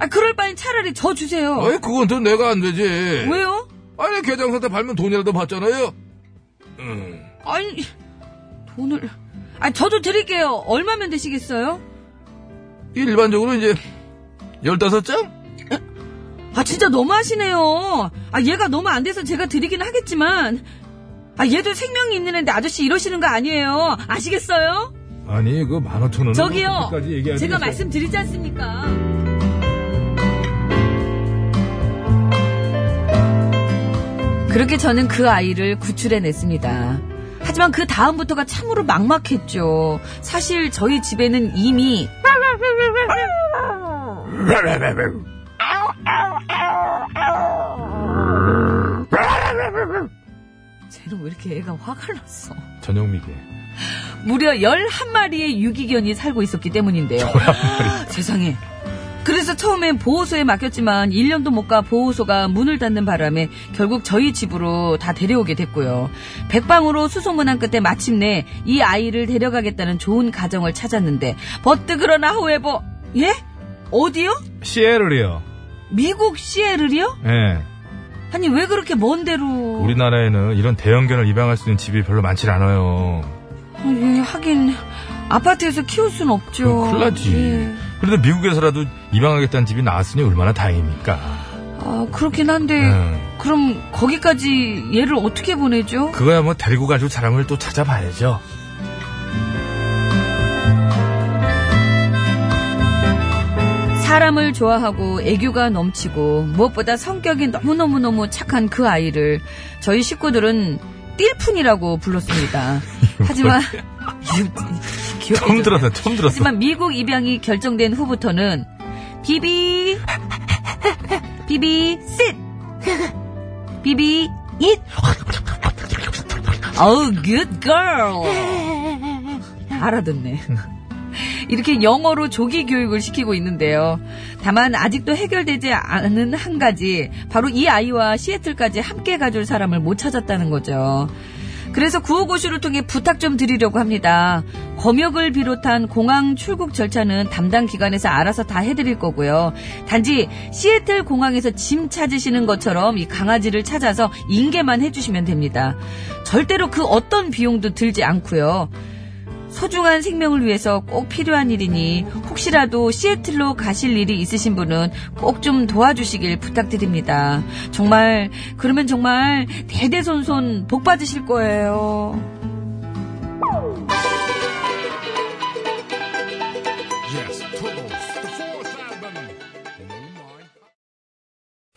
아 그럴 바엔 차라리 저 주세요.
어?
아니, 그건 또 내가 안 되지.
왜요?
아니, 개장수한테 팔면 돈이라도 받잖아요.
아니 돈을. 아 저도 드릴게요. 얼마면 되시겠어요?
일반적으로 이제, 15장?
아 진짜 너무하시네요. 아 얘가 너무 안 돼서 제가 드리긴 하겠지만 아 얘도 생명이 있는 애인데 아저씨 이러시는 거 아니에요. 아시겠어요?
아니, 그 15,000원.
저기요. 제가 말씀드리지 않습니까? 그렇게 저는 그 아이를 구출해냈습니다. 하지만 그 다음부터가 참으로 막막했죠. 사실 저희 집에는 이미 쟤는 왜 이렇게 애가 화가 났어?
전영미 개.
무려 11마리의 유기견이 살고 있었기 때문인데요. 아, 세상에. 그래서 처음엔 보호소에 맡겼지만 1년도 못 가 보호소가 문을 닫는 바람에 결국 저희 집으로 다 데려오게 됐고요. 백방으로 수소문한 끝에 마침내 이 아이를 데려가겠다는 좋은 가정을 찾았는데 버뜨그러나 호에버 예? 어디요?
시에르리요.
미국 시애를이요?
예.
아니 왜 그렇게 먼 데로
우리나라에는 이런 대형견을 입양할 수 있는 집이 별로 많지 않아요.
아, 예, 하긴 아파트에서 키울 순 없죠.
그럼 어, 큰일 나지.
음, 예.
그래도 미국에서라도 입양하겠다는 집이 나왔으니 얼마나 다행입니까.
아, 그렇긴 한데
음.
그럼 거기까지 얘를 어떻게 보내죠?
그거야 뭐 데리고 가지고 사람을 또 찾아봐야죠.
사람을 좋아하고 애교가 넘치고 무엇보다 성격이 너무너무너무 착한 그 아이를 저희 식구들은 삘푼이라고 불렀습니다. 하지만 이거 귀엽게
처음
좀-
들었어, 처음 들었어.
예. 하지만 미국 입양이 결정된 후부터는 비비 비비 sit 비비 eat oh good girl 알아듣네 이렇게 영어로 조기 교육을 시키고 있는데요. 다만 아직도 해결되지 않은 한 가지 바로 이 아이와 시애틀까지 함께 가줄 사람을 못 찾았다는 거죠. 그래서 구호고시를 통해 부탁 좀 드리려고 합니다. 검역을 비롯한 공항 출국 절차는 담당 기관에서 알아서 다 해드릴 거고요. 단지 시애틀 공항에서 짐 찾으시는 것처럼 이 강아지를 찾아서 인계만 해주시면 됩니다. 절대로 그 어떤 비용도 들지 않고요. 소중한 생명을 위해서 꼭 필요한 일이니 혹시라도 시애틀로 가실 일이 있으신 분은 꼭 좀 도와주시길 부탁드립니다. 정말 그러면 정말 대대손손 복 받으실 거예요.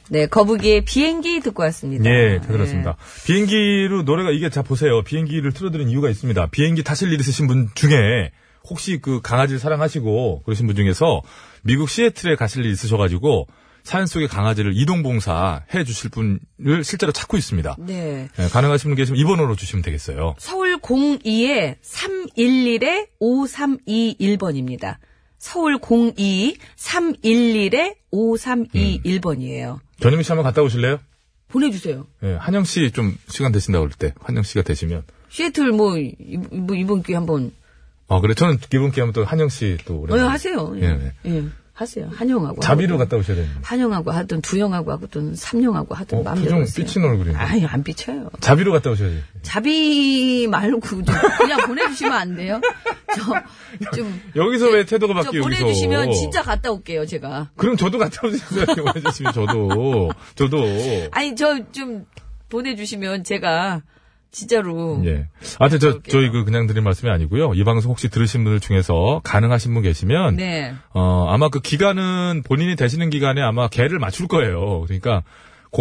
네, 거북이의 비행기 듣고 왔습니다.
예, 다 들었습니다. 비행기로 노래가 이게 자 보세요. 비행기를 틀어드린 이유가 있습니다. 비행기 타실 일 있으신 분 중에 혹시 그 강아지를 사랑하시고 그러신 분 중에서 미국 시애틀에 가실 일 있으셔가지고 사연 속의 강아지를 이동봉사 해주실 분을 실제로 찾고 있습니다.
네.
예, 가능하신 분 계시면 2번으로 주시면 되겠어요.
서울 02에 311에 5321번입니다. 서울 02 311에 5321번이에요.
전현미 씨 한번 갔다 오실래요?
보내주세요.
예, 한영 씨 좀 시간 되신다고 그럴 때, 한영 씨가 되시면.
시애틀 뭐, 이- 뭐 이번 기회 한번
아, 그래. 저는 이번 기회 하면 또 한영 씨또
어,
오랜만에.
하세요.
예, 예.
예, 어, 하세요. 한영하고
자비로
하고,
갔다 오셔야 되는데.
한영하고 하든 두영하고 하든 삼영하고 하든
어,
마음대로
표정
하세요.
삐친 얼굴이네.
아니 안 삐쳐요.
자비로 갔다 오셔야지.
자비 말고 좀 그냥 보내주시면 안 돼요? 저좀
여기서 왜 태도가
저
바뀌어 여기서?
보내주시면 진짜 갔다 올게요 제가.
그럼 저도 갔다 오셨어요.
아.
보내주시면 저도 저도
아니 저 좀 보내주시면 제가 진짜로.
예. 아, 저, 저, 저희 그 그냥 드린 말씀이 아니고요. 이 방송 혹시 들으신 분들 중에서 가능하신 분 계시면
네.
어, 아마 그 기간은 본인이 되시는 기간에 아마 개를 맞출 거예요. 그러니까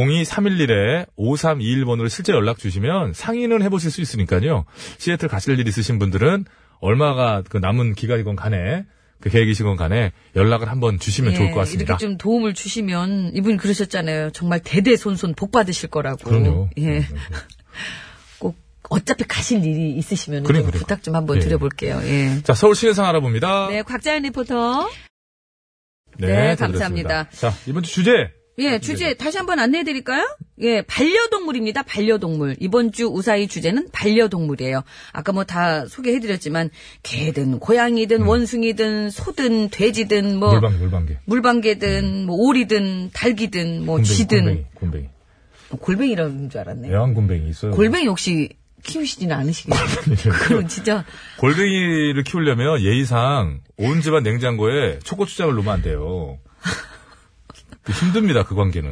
02311에 5321번으로 실제 연락 주시면 상의는 해보실 수 있으니까요. 시애틀 가실 일 있으신 분들은 얼마가 그 남은 기간이건 간에 그 계획이시건 간에 연락을 한번 주시면
예,
좋을 것 같습니다.
이렇게 좀 도움을 주시면 이분이 그러셨잖아요. 정말 대대손손 복 받으실 거라고.
그럼요. 네, 음.
예. 꼭 어차피 가실 일이 있으시면
그래,
좀
그래.
부탁 좀 한번
예.
드려볼게요. 예.
자, 서울 시내상 알아봅니다.
네, 곽자연 리포터.
네,
네,
다 들었습니다.
감사합니다.
자, 이번 주 주제.
예, 주제 다시 한번 안내해 드릴까요? 예, 반려동물입니다. 반려동물. 이번 주 우사히 주제는 반려동물이에요. 아까 뭐 다 소개해 드렸지만 개든 고양이든 원숭이든 소든 돼지든 뭐
음. 물방개, 물방개.
물방개든 뭐 오리든 닭이든 뭐
곰뱅이,
쥐든 뭐
곰뱅이, 곰뱅이.
골뱅이라는 줄 알았네.
애완곰뱅이 있어요.
골뱅이 혹시 키우시진 않으시겠어요? 그건 진짜
골뱅이를 키우려면 예의상 온 집안 냉장고에 초고추장을 놓으면 안 돼요. 그 힘듭니다, 그 관계는.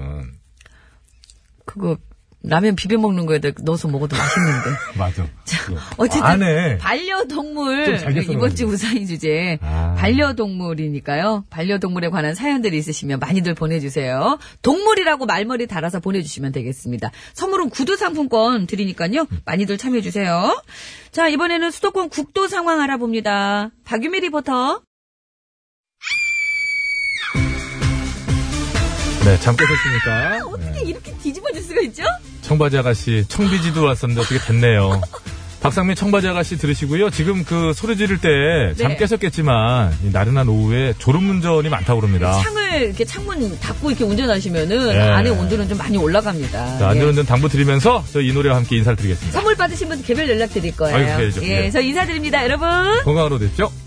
그거 라면 비벼 먹는 거에다 넣어서 먹어도 맛있는데.
맞아.
어쨌든
안 해. 좀
반려동물 네,
잘게
이번 주
써가지고.
우상인 주제
아.
반려동물이니까요. 반려동물에 관한 사연들이 있으시면 많이들 보내주세요. 동물이라고 말머리 달아서 보내주시면 되겠습니다. 선물은 구두 상품권 드리니까요. 많이들 참여해주세요. 자 이번에는 수도권 국도 상황 알아봅니다. 박유미 리포터.
네, 잠깐 했으니까. 네.
이렇게 뒤집어질 수가 있죠?
청바지 아가씨, 청비지도 왔었는데 어떻게 됐네요. 박상민 청바지 아가씨 들으시고요. 지금 그 소리 지를 때 잠
네.
깨셨겠지만, 이 나른한 오후에 졸음운전이 많다고 그럽니다.
창을 이렇게 창문 닫고 이렇게 운전하시면은
아. 네.
안에 온도는 좀 많이 올라갑니다.
자,
예.
안전운전 당부 드리면서 저희 이 노래와 함께 인사를 드리겠습니다.
선물 받으신 분 개별 연락 드릴 거예요.
아이고, 그래야죠.
예,
네.
저 인사드립니다, 여러분.
건강으로 되십시오.